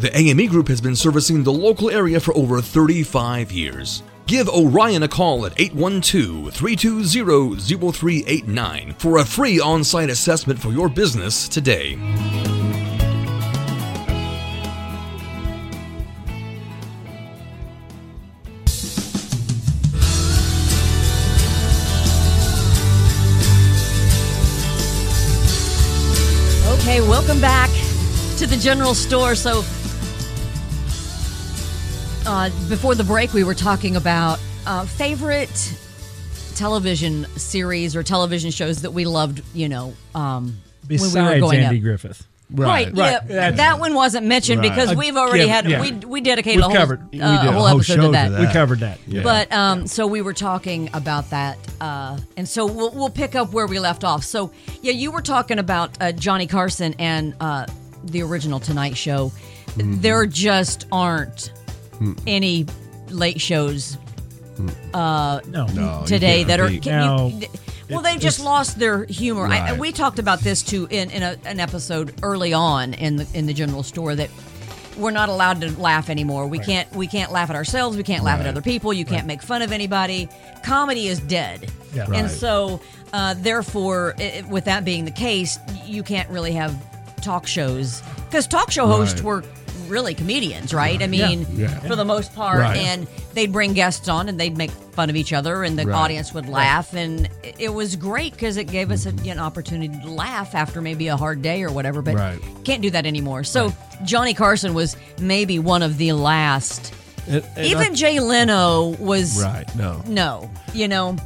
Speaker 1: The AME Group has been servicing the local area for over 35 years. Give Orion a call at 812 320 0389 for a free on site assessment for your business today.
Speaker 2: Okay, welcome back to the general store. So, uh, before the break, we were talking about uh, favorite television series or television shows that we loved. You know, um, when we were
Speaker 3: Besides
Speaker 2: going
Speaker 3: Andy
Speaker 2: up.
Speaker 3: Griffith.
Speaker 2: Right,
Speaker 3: right.
Speaker 2: yeah.
Speaker 3: That's-
Speaker 2: that one wasn't mentioned
Speaker 4: Right.
Speaker 2: because
Speaker 4: Uh,
Speaker 2: we've already
Speaker 3: yeah,
Speaker 2: had
Speaker 3: yeah.
Speaker 2: we we dedicated
Speaker 3: We've
Speaker 2: a whole
Speaker 3: covered. We
Speaker 2: uh,
Speaker 4: did
Speaker 2: a
Speaker 4: a
Speaker 2: whole
Speaker 4: whole
Speaker 2: episode
Speaker 4: show
Speaker 2: to
Speaker 4: to
Speaker 2: that.
Speaker 4: that.
Speaker 3: We covered that.
Speaker 4: Yeah.
Speaker 2: But um, so we were talking about that, uh, and so we'll we'll pick up where we left off. So yeah, you were talking about uh, Johnny Carson and uh, the original Tonight Show.
Speaker 4: Mm-hmm.
Speaker 2: There just aren't
Speaker 4: Hmm.
Speaker 2: any late shows
Speaker 3: No.
Speaker 5: Oh, you
Speaker 2: today
Speaker 5: can't
Speaker 2: that are.
Speaker 5: beat-
Speaker 2: Can you,
Speaker 3: No.
Speaker 2: well, they've just lost their humor. I,
Speaker 5: Right.
Speaker 2: we talked about this too in, in a, an episode early on in the in the general store that we're not allowed to laugh anymore. We can't we can't laugh at ourselves. We can't laugh at other people. You can't make fun of anybody. Comedy is dead.
Speaker 3: Yeah.
Speaker 2: And
Speaker 3: Right.
Speaker 2: so, uh, therefore, i i- with that being the case, you can't really have talk shows because talk show hosts
Speaker 5: Right.
Speaker 2: were really comedians, right? I mean,
Speaker 5: Yeah.
Speaker 2: for the most part,
Speaker 5: Right.
Speaker 2: and they'd bring guests on and they'd make fun of each other, and the
Speaker 5: Right.
Speaker 2: audience would laugh, and it- it was great because it gave us a, an opportunity to laugh after maybe a hard day or whatever. But
Speaker 5: Right.
Speaker 2: can't do that anymore. So Johnny Carson was maybe one of the last.
Speaker 4: And- and
Speaker 2: Even Jay Leno was
Speaker 4: I, right. No.
Speaker 2: no, you know.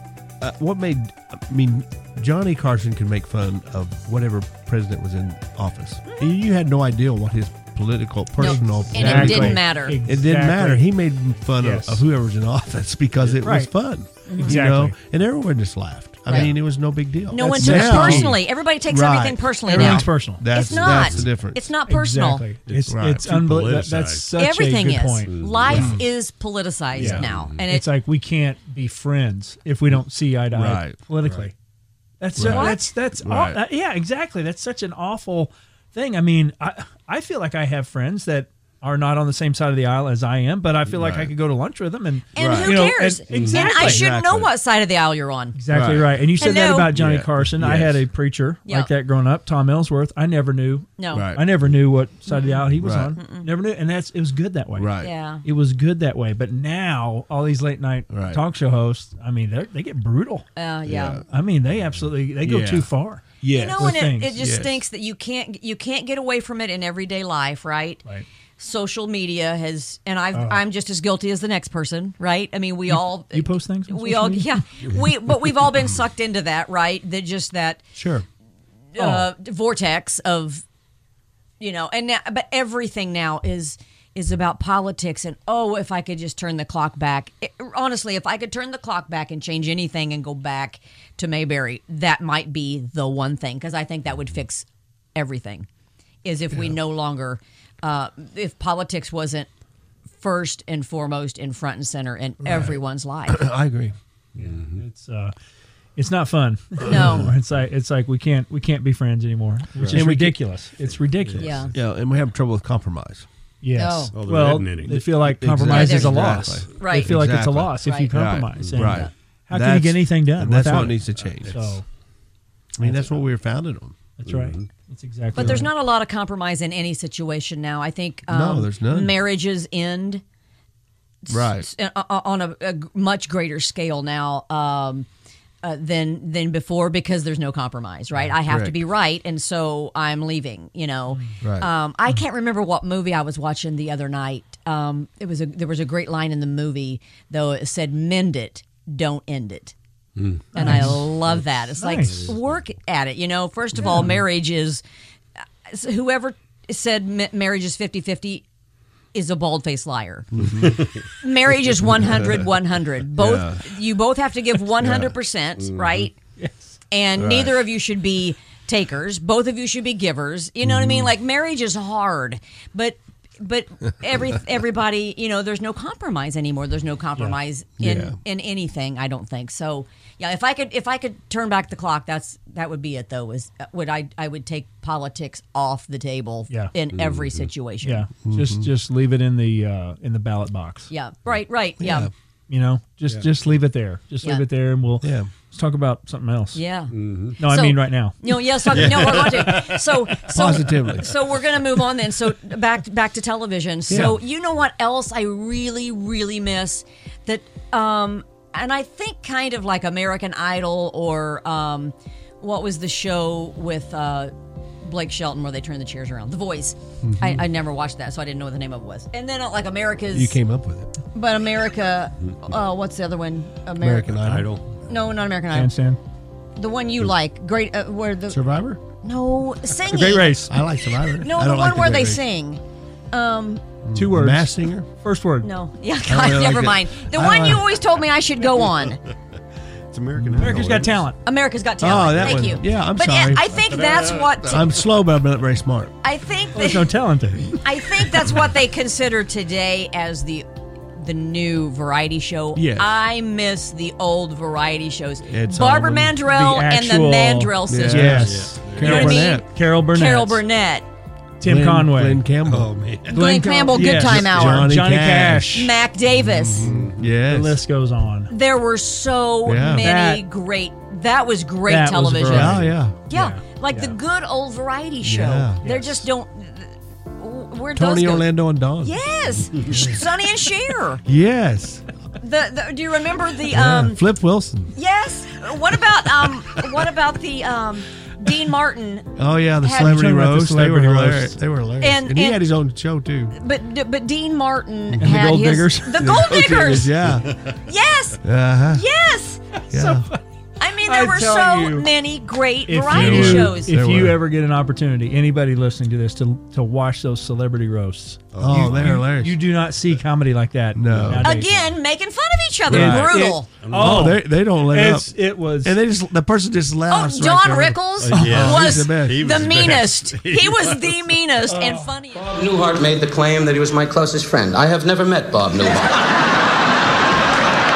Speaker 4: Uh, what made? I mean, Johnny Carson could make fun of whatever president was in office. You had no idea what his political, personal,
Speaker 2: and it didn't
Speaker 4: political-
Speaker 2: matter.
Speaker 4: It didn't matter. He made fun
Speaker 3: Yes.
Speaker 4: of, of whoever's in office because it was
Speaker 3: Right.
Speaker 4: fun. You
Speaker 3: Exactly.
Speaker 4: know, and everyone just laughed. I
Speaker 2: Right.
Speaker 4: mean, it was no big deal.
Speaker 2: No one
Speaker 4: That's
Speaker 2: took it
Speaker 4: now-
Speaker 2: personally. Everybody takes
Speaker 4: Right.
Speaker 2: everything personally
Speaker 3: Everything's
Speaker 2: now.
Speaker 3: personal.
Speaker 4: That's,
Speaker 2: it's not.
Speaker 4: That's the difference.
Speaker 2: It's not personal.
Speaker 3: Exactly. It's,
Speaker 4: Right.
Speaker 3: it's
Speaker 5: Too
Speaker 3: unbelievable.
Speaker 5: politicized.
Speaker 3: That's such
Speaker 2: Everything
Speaker 3: a good
Speaker 2: is.
Speaker 3: point.
Speaker 2: Life is politicized now, and
Speaker 3: it's
Speaker 2: it's
Speaker 3: like we can't be friends if we don't see eye to eye
Speaker 4: Right,
Speaker 3: politically. That's so-
Speaker 4: Right.
Speaker 3: that's that's aw-
Speaker 4: Right.
Speaker 3: uh, yeah, exactly. That's such an awful thing. I mean, I I feel like I have friends that are not on the same side of the aisle as I am, but I feel like I
Speaker 4: Right.
Speaker 3: could go to lunch with them and
Speaker 2: and
Speaker 4: Right.
Speaker 2: who
Speaker 3: you know,
Speaker 2: cares?
Speaker 3: and-
Speaker 2: And
Speaker 3: exactly.
Speaker 2: I should know
Speaker 4: Exactly.
Speaker 2: what side of the aisle you're on.
Speaker 3: Exactly right.
Speaker 4: Right.
Speaker 3: And you said that
Speaker 2: Hello?
Speaker 3: about Johnny
Speaker 4: Yeah.
Speaker 3: Carson. I had
Speaker 4: Yes.
Speaker 3: a preacher
Speaker 2: Yeah.
Speaker 3: like that growing up, Tom Ellsworth. I never knew.
Speaker 2: No.
Speaker 4: Right.
Speaker 3: I never knew what side of the aisle he was
Speaker 4: Right.
Speaker 3: on. Never knew. And that's it was good that way.
Speaker 4: right.
Speaker 2: Yeah.
Speaker 3: It was good that way. But now all these late night
Speaker 4: Right.
Speaker 3: talk show hosts, I mean, they they get brutal.
Speaker 2: Uh, yeah.
Speaker 3: I mean, they absolutely they go
Speaker 4: Yeah.
Speaker 3: too far.
Speaker 4: Yes.
Speaker 2: You know, and it,
Speaker 3: things,
Speaker 2: it just
Speaker 4: yes.
Speaker 2: stinks that you can't you can't get away from it in everyday life, right?
Speaker 3: Right. Uh-huh.
Speaker 2: Social media has, and I've, I'm just as guilty as the next person, right? I mean, we all
Speaker 3: you post things on
Speaker 2: We
Speaker 3: social
Speaker 2: all,
Speaker 3: media?
Speaker 2: yeah, we but we've all been sucked into that, right? That just that
Speaker 4: Sure.
Speaker 2: uh, vortex of you know and now, but everything now is is about politics and oh if i could just turn the clock back It- honestly if i could turn the clock back and change anything and go back to mayberry that might be the one thing because i think that would fix everything is if we no longer uh, if politics wasn't first and foremost in front and center in everyone's life
Speaker 4: I agree. Mm-hmm.
Speaker 3: It's uh it's not fun.
Speaker 2: No.
Speaker 3: it's like it's like we can't we can't be friends anymore, which is
Speaker 4: And we get-
Speaker 3: ridiculous. It's ridiculous.
Speaker 2: yeah
Speaker 4: Yeah, and we have trouble with compromise.
Speaker 3: Yes.
Speaker 2: No.
Speaker 5: Oh, there
Speaker 3: well,
Speaker 5: isn't any.
Speaker 3: they feel like
Speaker 4: Exactly.
Speaker 3: compromise is a
Speaker 4: Exactly.
Speaker 3: loss.
Speaker 2: Right.
Speaker 3: They feel like it's a
Speaker 4: Exactly.
Speaker 3: loss if you
Speaker 2: Right.
Speaker 3: compromise. And uh,
Speaker 4: Right.
Speaker 3: How can you get
Speaker 4: That's-
Speaker 3: anything done?
Speaker 4: and That's
Speaker 3: without
Speaker 4: what
Speaker 3: it?
Speaker 4: needs to change.
Speaker 3: So
Speaker 4: I mean, that's what we were founded on.
Speaker 3: that's right.
Speaker 4: Mm-hmm.
Speaker 3: That's exactly.
Speaker 2: But there's
Speaker 3: right.
Speaker 2: not a lot of compromise in any situation now. I think um,
Speaker 4: No, there's none.
Speaker 2: Marriages end
Speaker 4: Right.
Speaker 2: s- uh, uh, on a, a g- much greater scale now um, uh, than than before because there's no compromise, right? I have to
Speaker 4: Correct. Mm-hmm.
Speaker 2: be right, and so I'm leaving. You know,
Speaker 4: Right.
Speaker 2: um, I can't remember what movie I was watching the other night. Um, it was a there was a great line in the movie though. It said, "Mend it, don't end it."
Speaker 4: Mm.
Speaker 2: And I love that. It's
Speaker 3: Nice.
Speaker 2: like work at it. You know, first of all, marriage is uh, whoever said ma- marriage is 50 50 is a bald faced liar. marriage is 100 100. Both you both have to give 100%, right?
Speaker 3: Yes.
Speaker 2: And neither of you should be takers. Both of you should be givers. You know what I mean? Like marriage is hard, but but every everybody, you know, there's no compromise anymore. There's no compromise in
Speaker 9: Yeah.
Speaker 2: in anything. I don't think so. Yeah, if I could if I could turn back the clock, that's that would be it though. Is uh, would I I would take politics off the table
Speaker 3: Yeah.
Speaker 2: in every situation.
Speaker 3: Yeah,
Speaker 4: Mm-hmm.
Speaker 3: just just leave it in the uh, in the ballot box.
Speaker 2: Yeah. Right. Right. Yeah.
Speaker 3: You know, just just leave it there. Just
Speaker 2: Yeah.
Speaker 3: leave it there, and we'll
Speaker 9: Yeah.
Speaker 3: let's talk about something else.
Speaker 2: Yeah.
Speaker 3: No, I
Speaker 2: So-
Speaker 3: mean right now.
Speaker 2: No, yes, I mean, no, we're going to. So, so
Speaker 9: Positively.
Speaker 2: So we're going to move on then. So back back to television. So you know what else I really really miss that, um, and I think kind of like American Idol or um, what was the show with uh, Blake Shelton where they turned the chairs around? The Voice.
Speaker 9: Mm-hmm.
Speaker 2: I, I never watched that, so I didn't know what the name of it was. And then uh, like America's,
Speaker 9: You came up with it.
Speaker 2: but America. Uh, what's the other one? America.
Speaker 9: American Idol.
Speaker 2: No, not American Idol.
Speaker 3: Handstand.
Speaker 2: The one you like, great. Uh, where the
Speaker 9: Survivor?
Speaker 2: no singing.
Speaker 3: Great race.
Speaker 9: I like Survivor.
Speaker 2: No,
Speaker 9: I
Speaker 2: the one
Speaker 9: don't like
Speaker 2: where
Speaker 9: Great
Speaker 2: they
Speaker 9: Race.
Speaker 2: sing.
Speaker 4: Mm-hmm.
Speaker 3: Two words.
Speaker 9: Mass Singer?
Speaker 3: First word.
Speaker 2: No, yeah,
Speaker 9: don't
Speaker 2: God,
Speaker 9: really
Speaker 2: never
Speaker 9: like it.
Speaker 2: mind. The
Speaker 9: Oh, I
Speaker 2: one
Speaker 9: don't
Speaker 2: you
Speaker 9: like-
Speaker 2: always told me I should go on.
Speaker 5: It's American
Speaker 3: America's
Speaker 5: Idol,
Speaker 3: Got Talent.
Speaker 2: America's Got Talent.
Speaker 9: Oh, that
Speaker 2: Thank
Speaker 9: one.
Speaker 2: you.
Speaker 9: Yeah, I'm
Speaker 2: but
Speaker 9: sorry.
Speaker 2: I think that's what
Speaker 9: I'm slow, but I'm not very smart.
Speaker 2: I think
Speaker 3: There's no
Speaker 2: that,
Speaker 3: talent there.
Speaker 2: I think that's what they consider today as the the new variety show.
Speaker 9: Yes.
Speaker 2: I miss the old variety shows.
Speaker 9: Ed
Speaker 2: Barbara
Speaker 9: Sullivan.
Speaker 2: Mandrell
Speaker 3: The
Speaker 2: and
Speaker 3: actual-
Speaker 2: the Mandrell sisters.
Speaker 3: Yes.
Speaker 2: You know what I
Speaker 9: Carol
Speaker 2: mean?
Speaker 9: Burnett.
Speaker 3: Carol Burnett.
Speaker 2: Carol Burnett,
Speaker 3: Tim
Speaker 9: Glenn-
Speaker 3: Conway.
Speaker 9: Glenn Campbell.
Speaker 5: Oh man.
Speaker 2: Glenn Campbell, Good
Speaker 3: Yes.
Speaker 2: Time Hour,
Speaker 9: Johnny
Speaker 3: Johnny
Speaker 9: Cash.
Speaker 3: Cash.
Speaker 2: Mac Davis.
Speaker 9: Yes.
Speaker 3: Oh, The list goes on.
Speaker 2: There were so
Speaker 9: Yeah.
Speaker 2: many
Speaker 3: That-
Speaker 2: great. That was great
Speaker 3: That was
Speaker 2: television.
Speaker 3: variety.
Speaker 9: Oh, yeah.
Speaker 2: Yeah, like the good old variety show.
Speaker 9: Yeah.
Speaker 2: They just don't. Where
Speaker 9: Tony
Speaker 2: those go?
Speaker 9: Orlando and Don.
Speaker 2: Yes, Sonny and Cher.
Speaker 9: Yes.
Speaker 2: The, the do you remember the
Speaker 9: Yeah.
Speaker 2: um?
Speaker 9: Flip Wilson.
Speaker 2: Yes. What about um? What about the um? Dean Martin,
Speaker 9: Oh yeah, the
Speaker 2: Had-
Speaker 9: celebrity
Speaker 3: Talking about the
Speaker 9: roast.
Speaker 3: celebrity
Speaker 9: they were hilarious.
Speaker 3: roast.
Speaker 9: They were hilarious.
Speaker 2: And-
Speaker 9: And, he
Speaker 2: and-
Speaker 9: had his own show too.
Speaker 2: but but Dean Martin
Speaker 3: the
Speaker 2: had
Speaker 3: Gold
Speaker 2: his
Speaker 3: Diggers.
Speaker 2: the gold diggers.
Speaker 9: Yeah.
Speaker 2: Yes,
Speaker 9: Uh-huh.
Speaker 2: yes.
Speaker 9: Yeah.
Speaker 2: I mean, there
Speaker 3: I
Speaker 2: were
Speaker 3: tell
Speaker 2: so
Speaker 3: you,
Speaker 2: many great
Speaker 3: If
Speaker 2: variety
Speaker 3: you,
Speaker 9: were-
Speaker 2: shows.
Speaker 3: If
Speaker 9: There
Speaker 3: you
Speaker 9: were.
Speaker 3: ever get an opportunity, anybody listening to this, to to watch those celebrity roasts,
Speaker 9: Oh, they were hilarious.
Speaker 3: you do not see comedy like that.
Speaker 9: No.
Speaker 3: nowadays.
Speaker 2: Again, making fun of each other.
Speaker 3: Right.
Speaker 2: Brutal.
Speaker 3: It-
Speaker 9: oh,
Speaker 3: oh,
Speaker 9: they they don't let up.
Speaker 3: it's, it was.
Speaker 9: And they just the person just
Speaker 2: Oh,
Speaker 9: laughs.
Speaker 2: John
Speaker 9: right there.
Speaker 2: Rickles
Speaker 5: yeah.
Speaker 9: He's
Speaker 2: was
Speaker 9: the best. Oh.
Speaker 5: He was
Speaker 2: the
Speaker 5: the
Speaker 2: meanest.
Speaker 5: best.
Speaker 2: He was the meanest and funniest.
Speaker 10: Newhart made the claim that he was my closest friend. I have never met Bob Newhart.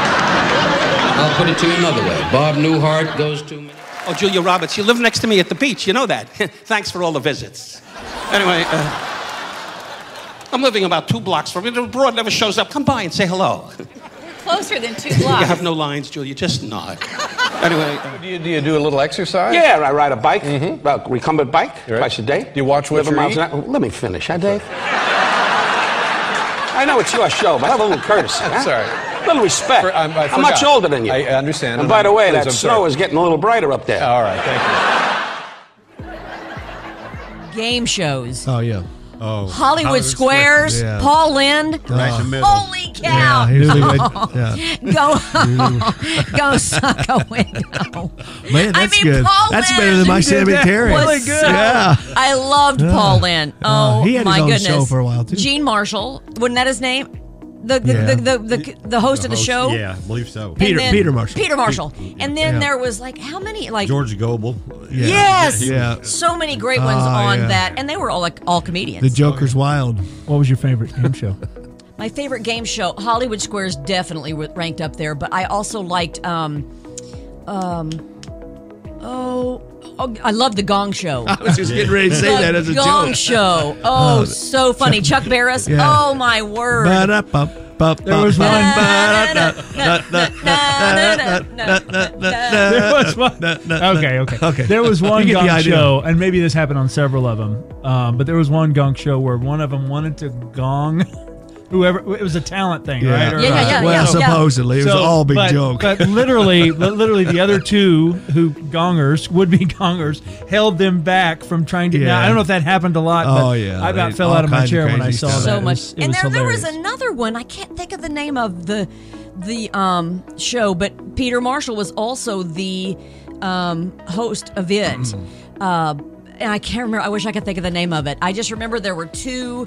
Speaker 10: I'll put it to you another way. Bob Newhart goes to me.
Speaker 8: Oh, Julia Roberts, you live next to me at the beach. You know that. Thanks for all the visits. Anyway, uh, I'm living about two blocks from it. The broad never shows up. Come by and say hello.
Speaker 2: Closer than two
Speaker 8: You
Speaker 2: blocks.
Speaker 8: have no lines, Julia. Just nod. Anyway, uh,
Speaker 10: Do you, do you do a little exercise?
Speaker 8: Yeah, I
Speaker 10: ride a bike.
Speaker 8: a recumbent bike
Speaker 10: twice a day. Do you watch what
Speaker 8: Eleven
Speaker 10: you're
Speaker 8: miles an
Speaker 10: eating? Let me finish, huh, Dave? I know it's your show, but have a little courtesy. Huh? Sorry. A little respect.
Speaker 8: For- I'm- I
Speaker 10: I'm much
Speaker 8: forgot.
Speaker 10: older than you.
Speaker 8: I- I understand,
Speaker 10: And
Speaker 8: and
Speaker 10: by
Speaker 8: I'm-
Speaker 10: the way,
Speaker 8: please,
Speaker 10: that
Speaker 8: I'm
Speaker 10: snow
Speaker 8: sorry.
Speaker 10: is getting a little brighter up there.
Speaker 8: All right, thank you.
Speaker 2: Game shows.
Speaker 9: Oh yeah.
Speaker 5: Oh,
Speaker 2: Hollywood, Squares,
Speaker 9: Yeah.
Speaker 2: Paul Lind.
Speaker 5: Right in the middle.
Speaker 2: Holy
Speaker 9: Yeah.
Speaker 2: cow!
Speaker 9: he was like- yeah.
Speaker 2: Go, go, suck a window.
Speaker 9: Man, that's
Speaker 2: mean,
Speaker 9: good.
Speaker 2: Paul
Speaker 9: that's
Speaker 2: Lynde
Speaker 9: better than my
Speaker 3: did that.
Speaker 9: cemetery.
Speaker 2: Was
Speaker 3: Really
Speaker 2: so-
Speaker 9: Yeah.
Speaker 2: I loved Paul Lind. Oh,
Speaker 9: Uh, he had
Speaker 2: my
Speaker 9: his own
Speaker 2: goodness!
Speaker 9: show for a while, too.
Speaker 2: Gene Marshall, wasn't that his name? The the,
Speaker 9: Yeah.
Speaker 2: the, the, the, the host of the
Speaker 5: host-
Speaker 2: show.
Speaker 5: Yeah, I believe so.
Speaker 2: And
Speaker 9: Peter-
Speaker 2: then-
Speaker 9: Peter Marshall.
Speaker 2: Peter Marshall. And then
Speaker 9: Yeah.
Speaker 2: there was like how many like
Speaker 5: George Goebel.
Speaker 9: Yeah.
Speaker 2: Yes.
Speaker 9: Yeah.
Speaker 2: so many great ones
Speaker 9: Ah,
Speaker 2: on
Speaker 9: yeah.
Speaker 2: that, and they were all like all comedians.
Speaker 9: The Joker's wild.
Speaker 3: what was your favorite game show?
Speaker 2: My favorite game show, Hollywood Squares, definitely wa- ranked up there. But I also liked, um, um, oh, oh, I love the Gong Show.
Speaker 9: I was just getting ready to say
Speaker 2: the
Speaker 9: that as a
Speaker 2: Gong
Speaker 9: joke.
Speaker 2: Show. Oh, so funny, Chuck Barris.
Speaker 9: Yeah.
Speaker 2: Oh my word.
Speaker 9: There
Speaker 3: was one- There was one. Okay, okay,
Speaker 9: Okay.
Speaker 3: There was one
Speaker 9: You get the
Speaker 3: gunk
Speaker 9: idea.
Speaker 3: show, and maybe this happened on several of them. Um, but there was one gunk show where one of them wanted to gong whoever. It was a talent thing, right? Or-
Speaker 2: Yeah, yeah, yeah,
Speaker 9: Well,
Speaker 2: yeah.
Speaker 9: supposedly it was
Speaker 3: So,
Speaker 9: all big
Speaker 3: but,
Speaker 9: joke.
Speaker 3: But literally, li- literally, the other two who gongers would be gongers held them back from trying to.
Speaker 9: Yeah.
Speaker 3: Now, I don't know if that happened a lot.
Speaker 9: Oh,
Speaker 3: but
Speaker 9: yeah,
Speaker 3: I about
Speaker 9: they-
Speaker 3: fell
Speaker 9: all
Speaker 3: out of my
Speaker 9: kinds of
Speaker 3: chair when I
Speaker 9: crazy
Speaker 3: saw
Speaker 9: stuff.
Speaker 3: that.
Speaker 2: so
Speaker 3: It
Speaker 2: much.
Speaker 3: was- it
Speaker 2: and
Speaker 3: was
Speaker 2: there, there was
Speaker 3: hilarious.
Speaker 2: another one. I can't think of the name of the the um, show, but Peter Marshall was also the um, host of it.
Speaker 3: Mm-hmm.
Speaker 2: Uh, and I can't remember. I wish I could think of the name of it. I just remember there were two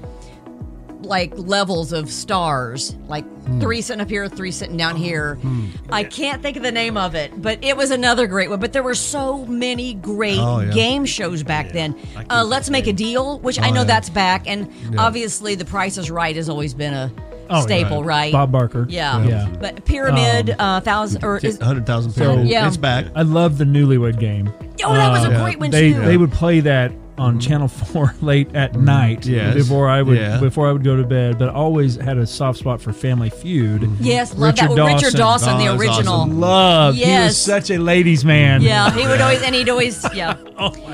Speaker 2: like levels of stars, like
Speaker 11: Hmm.
Speaker 2: three sitting up here, three sitting down here.
Speaker 11: Hmm.
Speaker 2: I can't think of the name of it, but it was another great one. But there were so many great
Speaker 11: Oh, yeah.
Speaker 2: game shows back then. Uh, Let's Make a Deal, which I
Speaker 3: Oh,
Speaker 2: know
Speaker 3: yeah.
Speaker 2: that's back, and
Speaker 3: Yeah.
Speaker 2: obviously The Price is Right has always been a
Speaker 3: Oh, yeah.
Speaker 2: staple, right?
Speaker 3: Bob Barker.
Speaker 2: Yeah.
Speaker 3: Yeah. Um,
Speaker 2: But Pyramid, uh, Thousand, or is,
Speaker 4: hundred thousand
Speaker 3: So
Speaker 2: pounds. Yeah. It's back.
Speaker 3: I love the Newlywed Game. Uh,
Speaker 2: Oh, that was a great one,
Speaker 3: they,
Speaker 2: too.
Speaker 3: They would play that on
Speaker 9: Mm-hmm.
Speaker 3: Channel Four late at night
Speaker 4: Yes.
Speaker 3: before I would
Speaker 4: Yeah.
Speaker 3: before I would go to bed. But I always had a soft spot for Family Feud.
Speaker 2: Yes, love that. Richard Dawson, the original.
Speaker 3: Love. He was
Speaker 2: Yes.
Speaker 3: such a ladies' man.
Speaker 2: Yeah, he would always, and he'd always, yeah.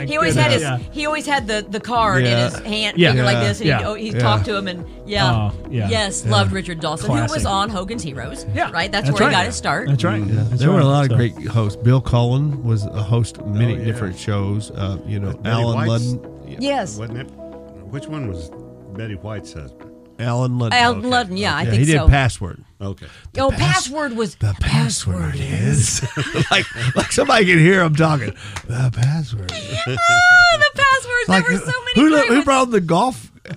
Speaker 2: he always had his,
Speaker 3: goodness.
Speaker 2: he always had the the card
Speaker 3: Yeah.
Speaker 2: in his hand,
Speaker 3: Yeah.
Speaker 2: finger like
Speaker 3: Yeah.
Speaker 2: this, and he'd,
Speaker 3: Yeah.
Speaker 2: oh, he'd
Speaker 3: Yeah.
Speaker 2: talk to him, and yeah,
Speaker 3: Oh, yeah.
Speaker 2: yes,
Speaker 3: Yeah.
Speaker 2: loved Richard Dawson, who was
Speaker 4: Classic.
Speaker 2: on Hogan's Heroes, yeah, right. That's,
Speaker 3: That's
Speaker 2: where
Speaker 3: right.
Speaker 2: he got his start.
Speaker 3: That's right.
Speaker 4: Yeah,
Speaker 3: That's
Speaker 4: Mm-hmm. there were
Speaker 3: right.
Speaker 4: a lot of
Speaker 3: So- Oh,
Speaker 4: great hosts. Bill Cullen was a host of many different shows. Uh, you know,
Speaker 5: Betty
Speaker 4: Alan
Speaker 5: White's-
Speaker 4: Ludden.
Speaker 2: Yes.
Speaker 5: Wasn't it? Which one was Betty White's husband?
Speaker 4: Alan Ludden.
Speaker 2: Alan Ludden, yeah, I think
Speaker 4: he did
Speaker 2: so.
Speaker 4: Password.
Speaker 5: Okay.
Speaker 2: Oh, password was
Speaker 4: The password is like like somebody can hear him talking. The password.
Speaker 2: Ah, the passwords. there were so many.
Speaker 4: who,
Speaker 2: great
Speaker 4: who
Speaker 2: ones.
Speaker 4: brought the golf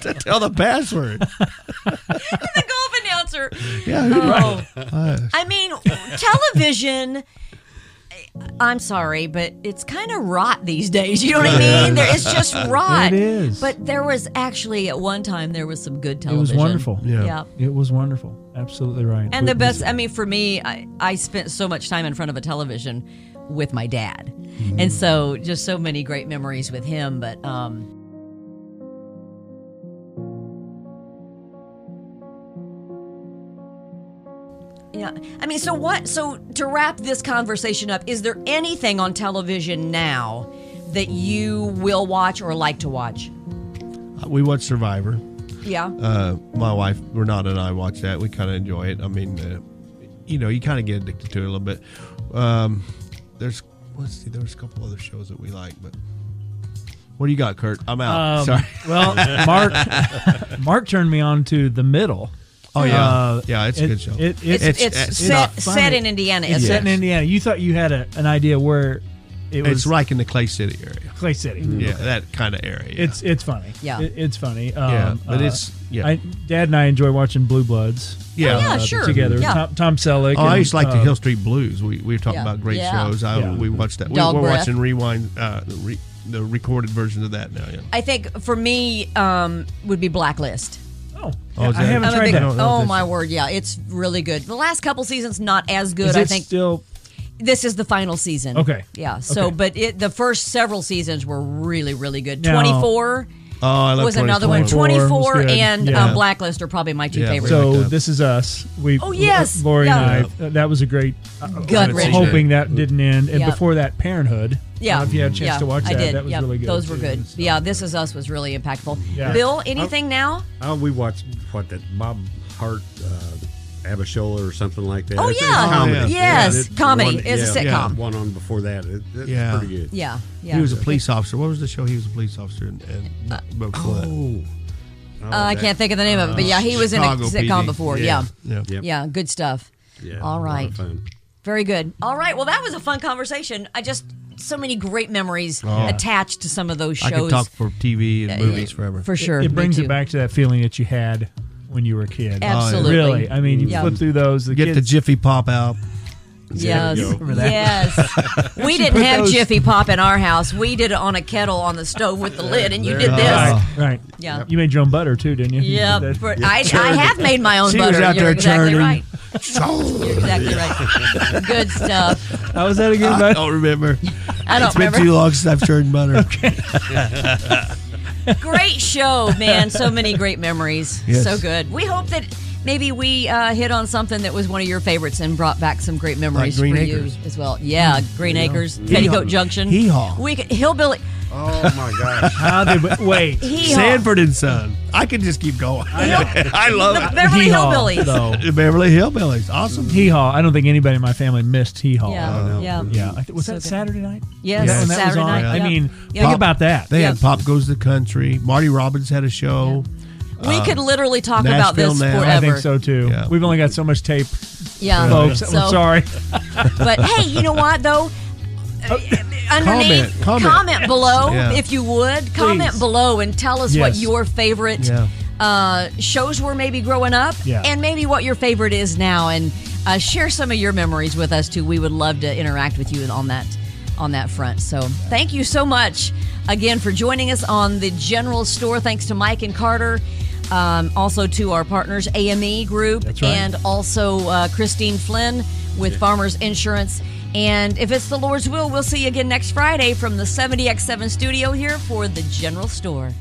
Speaker 4: to tell the password?
Speaker 2: the golf announcer.
Speaker 4: Yeah, who
Speaker 2: Oh.
Speaker 4: right. Uh,
Speaker 2: I mean, television. I'm sorry, but it's kind of rot these days. You know what I
Speaker 3: Yeah.
Speaker 2: mean? There, it's just rot.
Speaker 3: It is.
Speaker 2: But there was actually at one time there was some good
Speaker 3: It was
Speaker 2: television.
Speaker 3: wonderful.
Speaker 2: Yeah.
Speaker 3: It was wonderful. Absolutely right.
Speaker 2: And the
Speaker 3: Whitney's-
Speaker 2: best, I mean, for me, I, I spent so much time in front of a television with my dad. And so just so many great memories with him. But um, Yeah. I mean, so what? So to wrap this conversation up, is there anything on television now that you will watch or like to watch?
Speaker 4: we watched Survivor.
Speaker 2: Yeah.
Speaker 4: Uh, my wife Renata and I watch that. We kind of enjoy it. I mean, uh, you know, you kind of get addicted to it a little bit. Um, there's let's see, there's a couple other shows that we like, but what do you got, Kurt? I'm out.
Speaker 3: Um,
Speaker 4: Sorry.
Speaker 3: Well, Mark, Mark turned me on to the middle. Uh,
Speaker 4: Oh, yeah. Yeah, it's a good show.
Speaker 3: It,
Speaker 2: It's- it's set-
Speaker 3: funny.
Speaker 2: set in Indiana,
Speaker 3: It's
Speaker 2: isn't
Speaker 3: set in
Speaker 2: it?
Speaker 3: Indiana. You thought you had a, an idea where it was
Speaker 4: it's like in the Clay City area.
Speaker 3: Clay City.
Speaker 4: Yeah,
Speaker 3: Okay.
Speaker 4: that kind of area. yeah.
Speaker 3: It's it's funny.
Speaker 4: Yeah.
Speaker 3: It- it's funny. Um,
Speaker 4: Yeah, but
Speaker 3: uh,
Speaker 4: it's- yeah.
Speaker 3: I, Dad and I enjoy watching Blue Bloods.
Speaker 4: Yeah. Oh, yeah,
Speaker 3: uh,
Speaker 4: sure.
Speaker 3: Together,
Speaker 4: Yeah.
Speaker 3: Tom, Tom Selleck.
Speaker 4: Oh, I
Speaker 3: and,
Speaker 4: used to like the
Speaker 3: uh,
Speaker 4: Hill Street Blues. We we were talking
Speaker 3: Yeah.
Speaker 4: about great
Speaker 2: Yeah.
Speaker 4: shows. I,
Speaker 2: Yeah.
Speaker 4: We watched that. We,
Speaker 2: Dog
Speaker 4: we're
Speaker 2: Breath.
Speaker 4: watching Rewind, uh, the, re, the recorded version of that now. Yeah.
Speaker 2: I think for me um, would be Blacklist.
Speaker 3: Oh,
Speaker 4: Oh, is I that- haven't
Speaker 2: I'm a
Speaker 4: tried
Speaker 2: big-
Speaker 4: that. I don't know if
Speaker 2: Oh
Speaker 4: that's-
Speaker 2: my word, yeah, it's really good. The last couple seasons not as good.
Speaker 3: Is
Speaker 2: I
Speaker 3: it
Speaker 2: think
Speaker 3: still-
Speaker 2: this is the final season.
Speaker 3: Okay.
Speaker 2: yeah. So,
Speaker 3: Okay.
Speaker 2: but it, the first several seasons were really, really good.
Speaker 3: Now-
Speaker 2: Twenty four.
Speaker 4: Oh, I love
Speaker 2: was another one.
Speaker 3: 24.
Speaker 2: Twenty
Speaker 3: 24
Speaker 2: four
Speaker 3: was good.
Speaker 2: and
Speaker 3: Yeah.
Speaker 2: uh, Blacklist are probably my two favorites.
Speaker 3: So this is us. We
Speaker 2: Oh, yes.
Speaker 3: Lori
Speaker 2: Yeah.
Speaker 3: and I. uh, that was a great. Uh,
Speaker 2: Gut wrench.
Speaker 3: Hoping that didn't end, and
Speaker 2: Yeah.
Speaker 3: before that, Parenthood.
Speaker 2: Yeah.
Speaker 3: Uh, if you had a chance
Speaker 2: yeah,
Speaker 3: to watch
Speaker 2: I
Speaker 3: that,
Speaker 2: did.
Speaker 3: that was
Speaker 2: yeah,
Speaker 3: really good.
Speaker 2: Those were
Speaker 3: too.
Speaker 2: good. Yeah, This Is Us was really impactful.
Speaker 5: Yeah.
Speaker 2: Bill,
Speaker 5: Yeah.
Speaker 2: anything now?
Speaker 5: Oh, we watched what that Bob Hart, uh, Abishola or something like that.
Speaker 2: Oh,
Speaker 5: It's- it's
Speaker 2: yeah.
Speaker 5: comedy.
Speaker 2: Oh, yeah. Yes,
Speaker 5: and it-
Speaker 2: comedy. It's a
Speaker 5: yeah,
Speaker 2: sitcom.
Speaker 5: One on before that. It, it's
Speaker 4: Yeah.
Speaker 5: pretty good.
Speaker 2: Yeah, yeah.
Speaker 4: He was a police officer. What was the show? He was a police officer and, and before
Speaker 2: oh,
Speaker 4: that.
Speaker 2: Uh, I can't think of the name of it, but yeah, he was in a
Speaker 4: Chicago
Speaker 2: sitcom
Speaker 4: PD.
Speaker 2: before.
Speaker 4: Yeah.
Speaker 2: Yeah.
Speaker 4: Yeah.
Speaker 2: Yeah.
Speaker 4: Yep.
Speaker 2: good stuff.
Speaker 5: Yeah,
Speaker 2: All
Speaker 5: a lot
Speaker 2: right.
Speaker 5: of fun.
Speaker 2: Very good. All right. Well, that was a fun conversation. I just so many great memories
Speaker 4: Oh.
Speaker 2: attached to some of those
Speaker 4: I
Speaker 2: shows.
Speaker 4: could talk for TV and
Speaker 2: Yeah,
Speaker 4: movies
Speaker 2: yeah,
Speaker 4: forever.
Speaker 2: for sure.
Speaker 3: It,
Speaker 2: Me
Speaker 3: brings
Speaker 2: too.
Speaker 3: it back to that feeling that you had when you were a kid.
Speaker 2: Absolutely.
Speaker 3: Really. I mean, you
Speaker 2: Yeah.
Speaker 3: flip through those. The
Speaker 4: Oh, Get the
Speaker 3: kids,
Speaker 4: Jiffy Pop out.
Speaker 2: Yes.
Speaker 4: Remember that?
Speaker 2: Yes. we
Speaker 4: You
Speaker 2: didn't
Speaker 4: put
Speaker 2: have
Speaker 4: those-
Speaker 2: Jiffy Pop in our house. We did it on a kettle on the stove with the lid, and you did this.
Speaker 3: Right, right.
Speaker 2: Yeah.
Speaker 3: You made your own butter too, didn't you?
Speaker 2: Yeah,
Speaker 3: That-
Speaker 2: for- I, I have made my own
Speaker 3: She was
Speaker 2: butter.
Speaker 3: out
Speaker 2: You're
Speaker 3: there
Speaker 2: exactly
Speaker 3: churning.
Speaker 2: right. You're exactly right. Good stuff.
Speaker 3: How was that again,
Speaker 4: I don't Oh, remember.
Speaker 2: I don't
Speaker 4: it's been
Speaker 2: remember.
Speaker 4: too long since I've churned butter.
Speaker 2: Great show, man. So many great memories.
Speaker 4: Yes.
Speaker 2: So good. We hope that maybe we uh, hit on something that was one of your favorites and brought back some great memories
Speaker 4: Green
Speaker 2: for
Speaker 4: Acres. Mm.
Speaker 2: you as well. Yeah, Green
Speaker 4: Yeah.
Speaker 2: Acres,
Speaker 4: Hee-haw.
Speaker 2: Petticoat Junction.
Speaker 4: Hee-haw.
Speaker 2: We could, hillbilly.
Speaker 5: Oh my gosh!
Speaker 3: How did we, wait?
Speaker 2: Hee-haw.
Speaker 4: Sanford and Son. I could just keep going. I love
Speaker 2: The
Speaker 4: it.
Speaker 2: Beverly
Speaker 3: Hee-haw,
Speaker 2: Hillbillies.
Speaker 3: though.
Speaker 4: The Beverly Hillbillies. Awesome.
Speaker 3: Hee haw. I don't think anybody in my family missed hee haw.
Speaker 2: Yeah, yeah.
Speaker 3: Yeah. I th- was that
Speaker 2: good.
Speaker 3: Saturday night?
Speaker 2: Yes,
Speaker 3: Yeah, when that was
Speaker 2: Saturday
Speaker 3: on.
Speaker 2: night.
Speaker 3: I
Speaker 2: yep.
Speaker 3: mean,
Speaker 2: Yep.
Speaker 3: think about that.
Speaker 4: They had
Speaker 2: Yep.
Speaker 4: Pop Goes to the Country. Marty Robbins had a show.
Speaker 2: We
Speaker 4: Uh,
Speaker 2: could literally talk about
Speaker 4: Nashville
Speaker 2: this
Speaker 4: Now.
Speaker 2: forever.
Speaker 3: I think so too.
Speaker 4: Yeah.
Speaker 3: We've only got so much tape,
Speaker 2: Yeah.
Speaker 3: folks.
Speaker 2: So,
Speaker 3: I'm sorry.
Speaker 2: But hey, you know what though? underneath
Speaker 4: Oh, Comment, comment.
Speaker 2: below
Speaker 4: Yeah.
Speaker 2: if you would comment
Speaker 3: Please.
Speaker 2: below and tell us what
Speaker 3: Yes.
Speaker 2: your favorite
Speaker 3: Yeah.
Speaker 2: uh, shows were maybe growing up
Speaker 3: Yeah.
Speaker 2: and maybe what your favorite is now and uh, share some of your memories with us too we would love to interact with you on that on that front so thank you so much again for joining us on the general store thanks to mike and carter um, also to our partners ame group
Speaker 3: That's right.
Speaker 2: and also uh, Christine Flynn with Farmers Insurance. And if it's the Lord's will, we'll see you again next Friday from the 70x7 studio here for the General Store.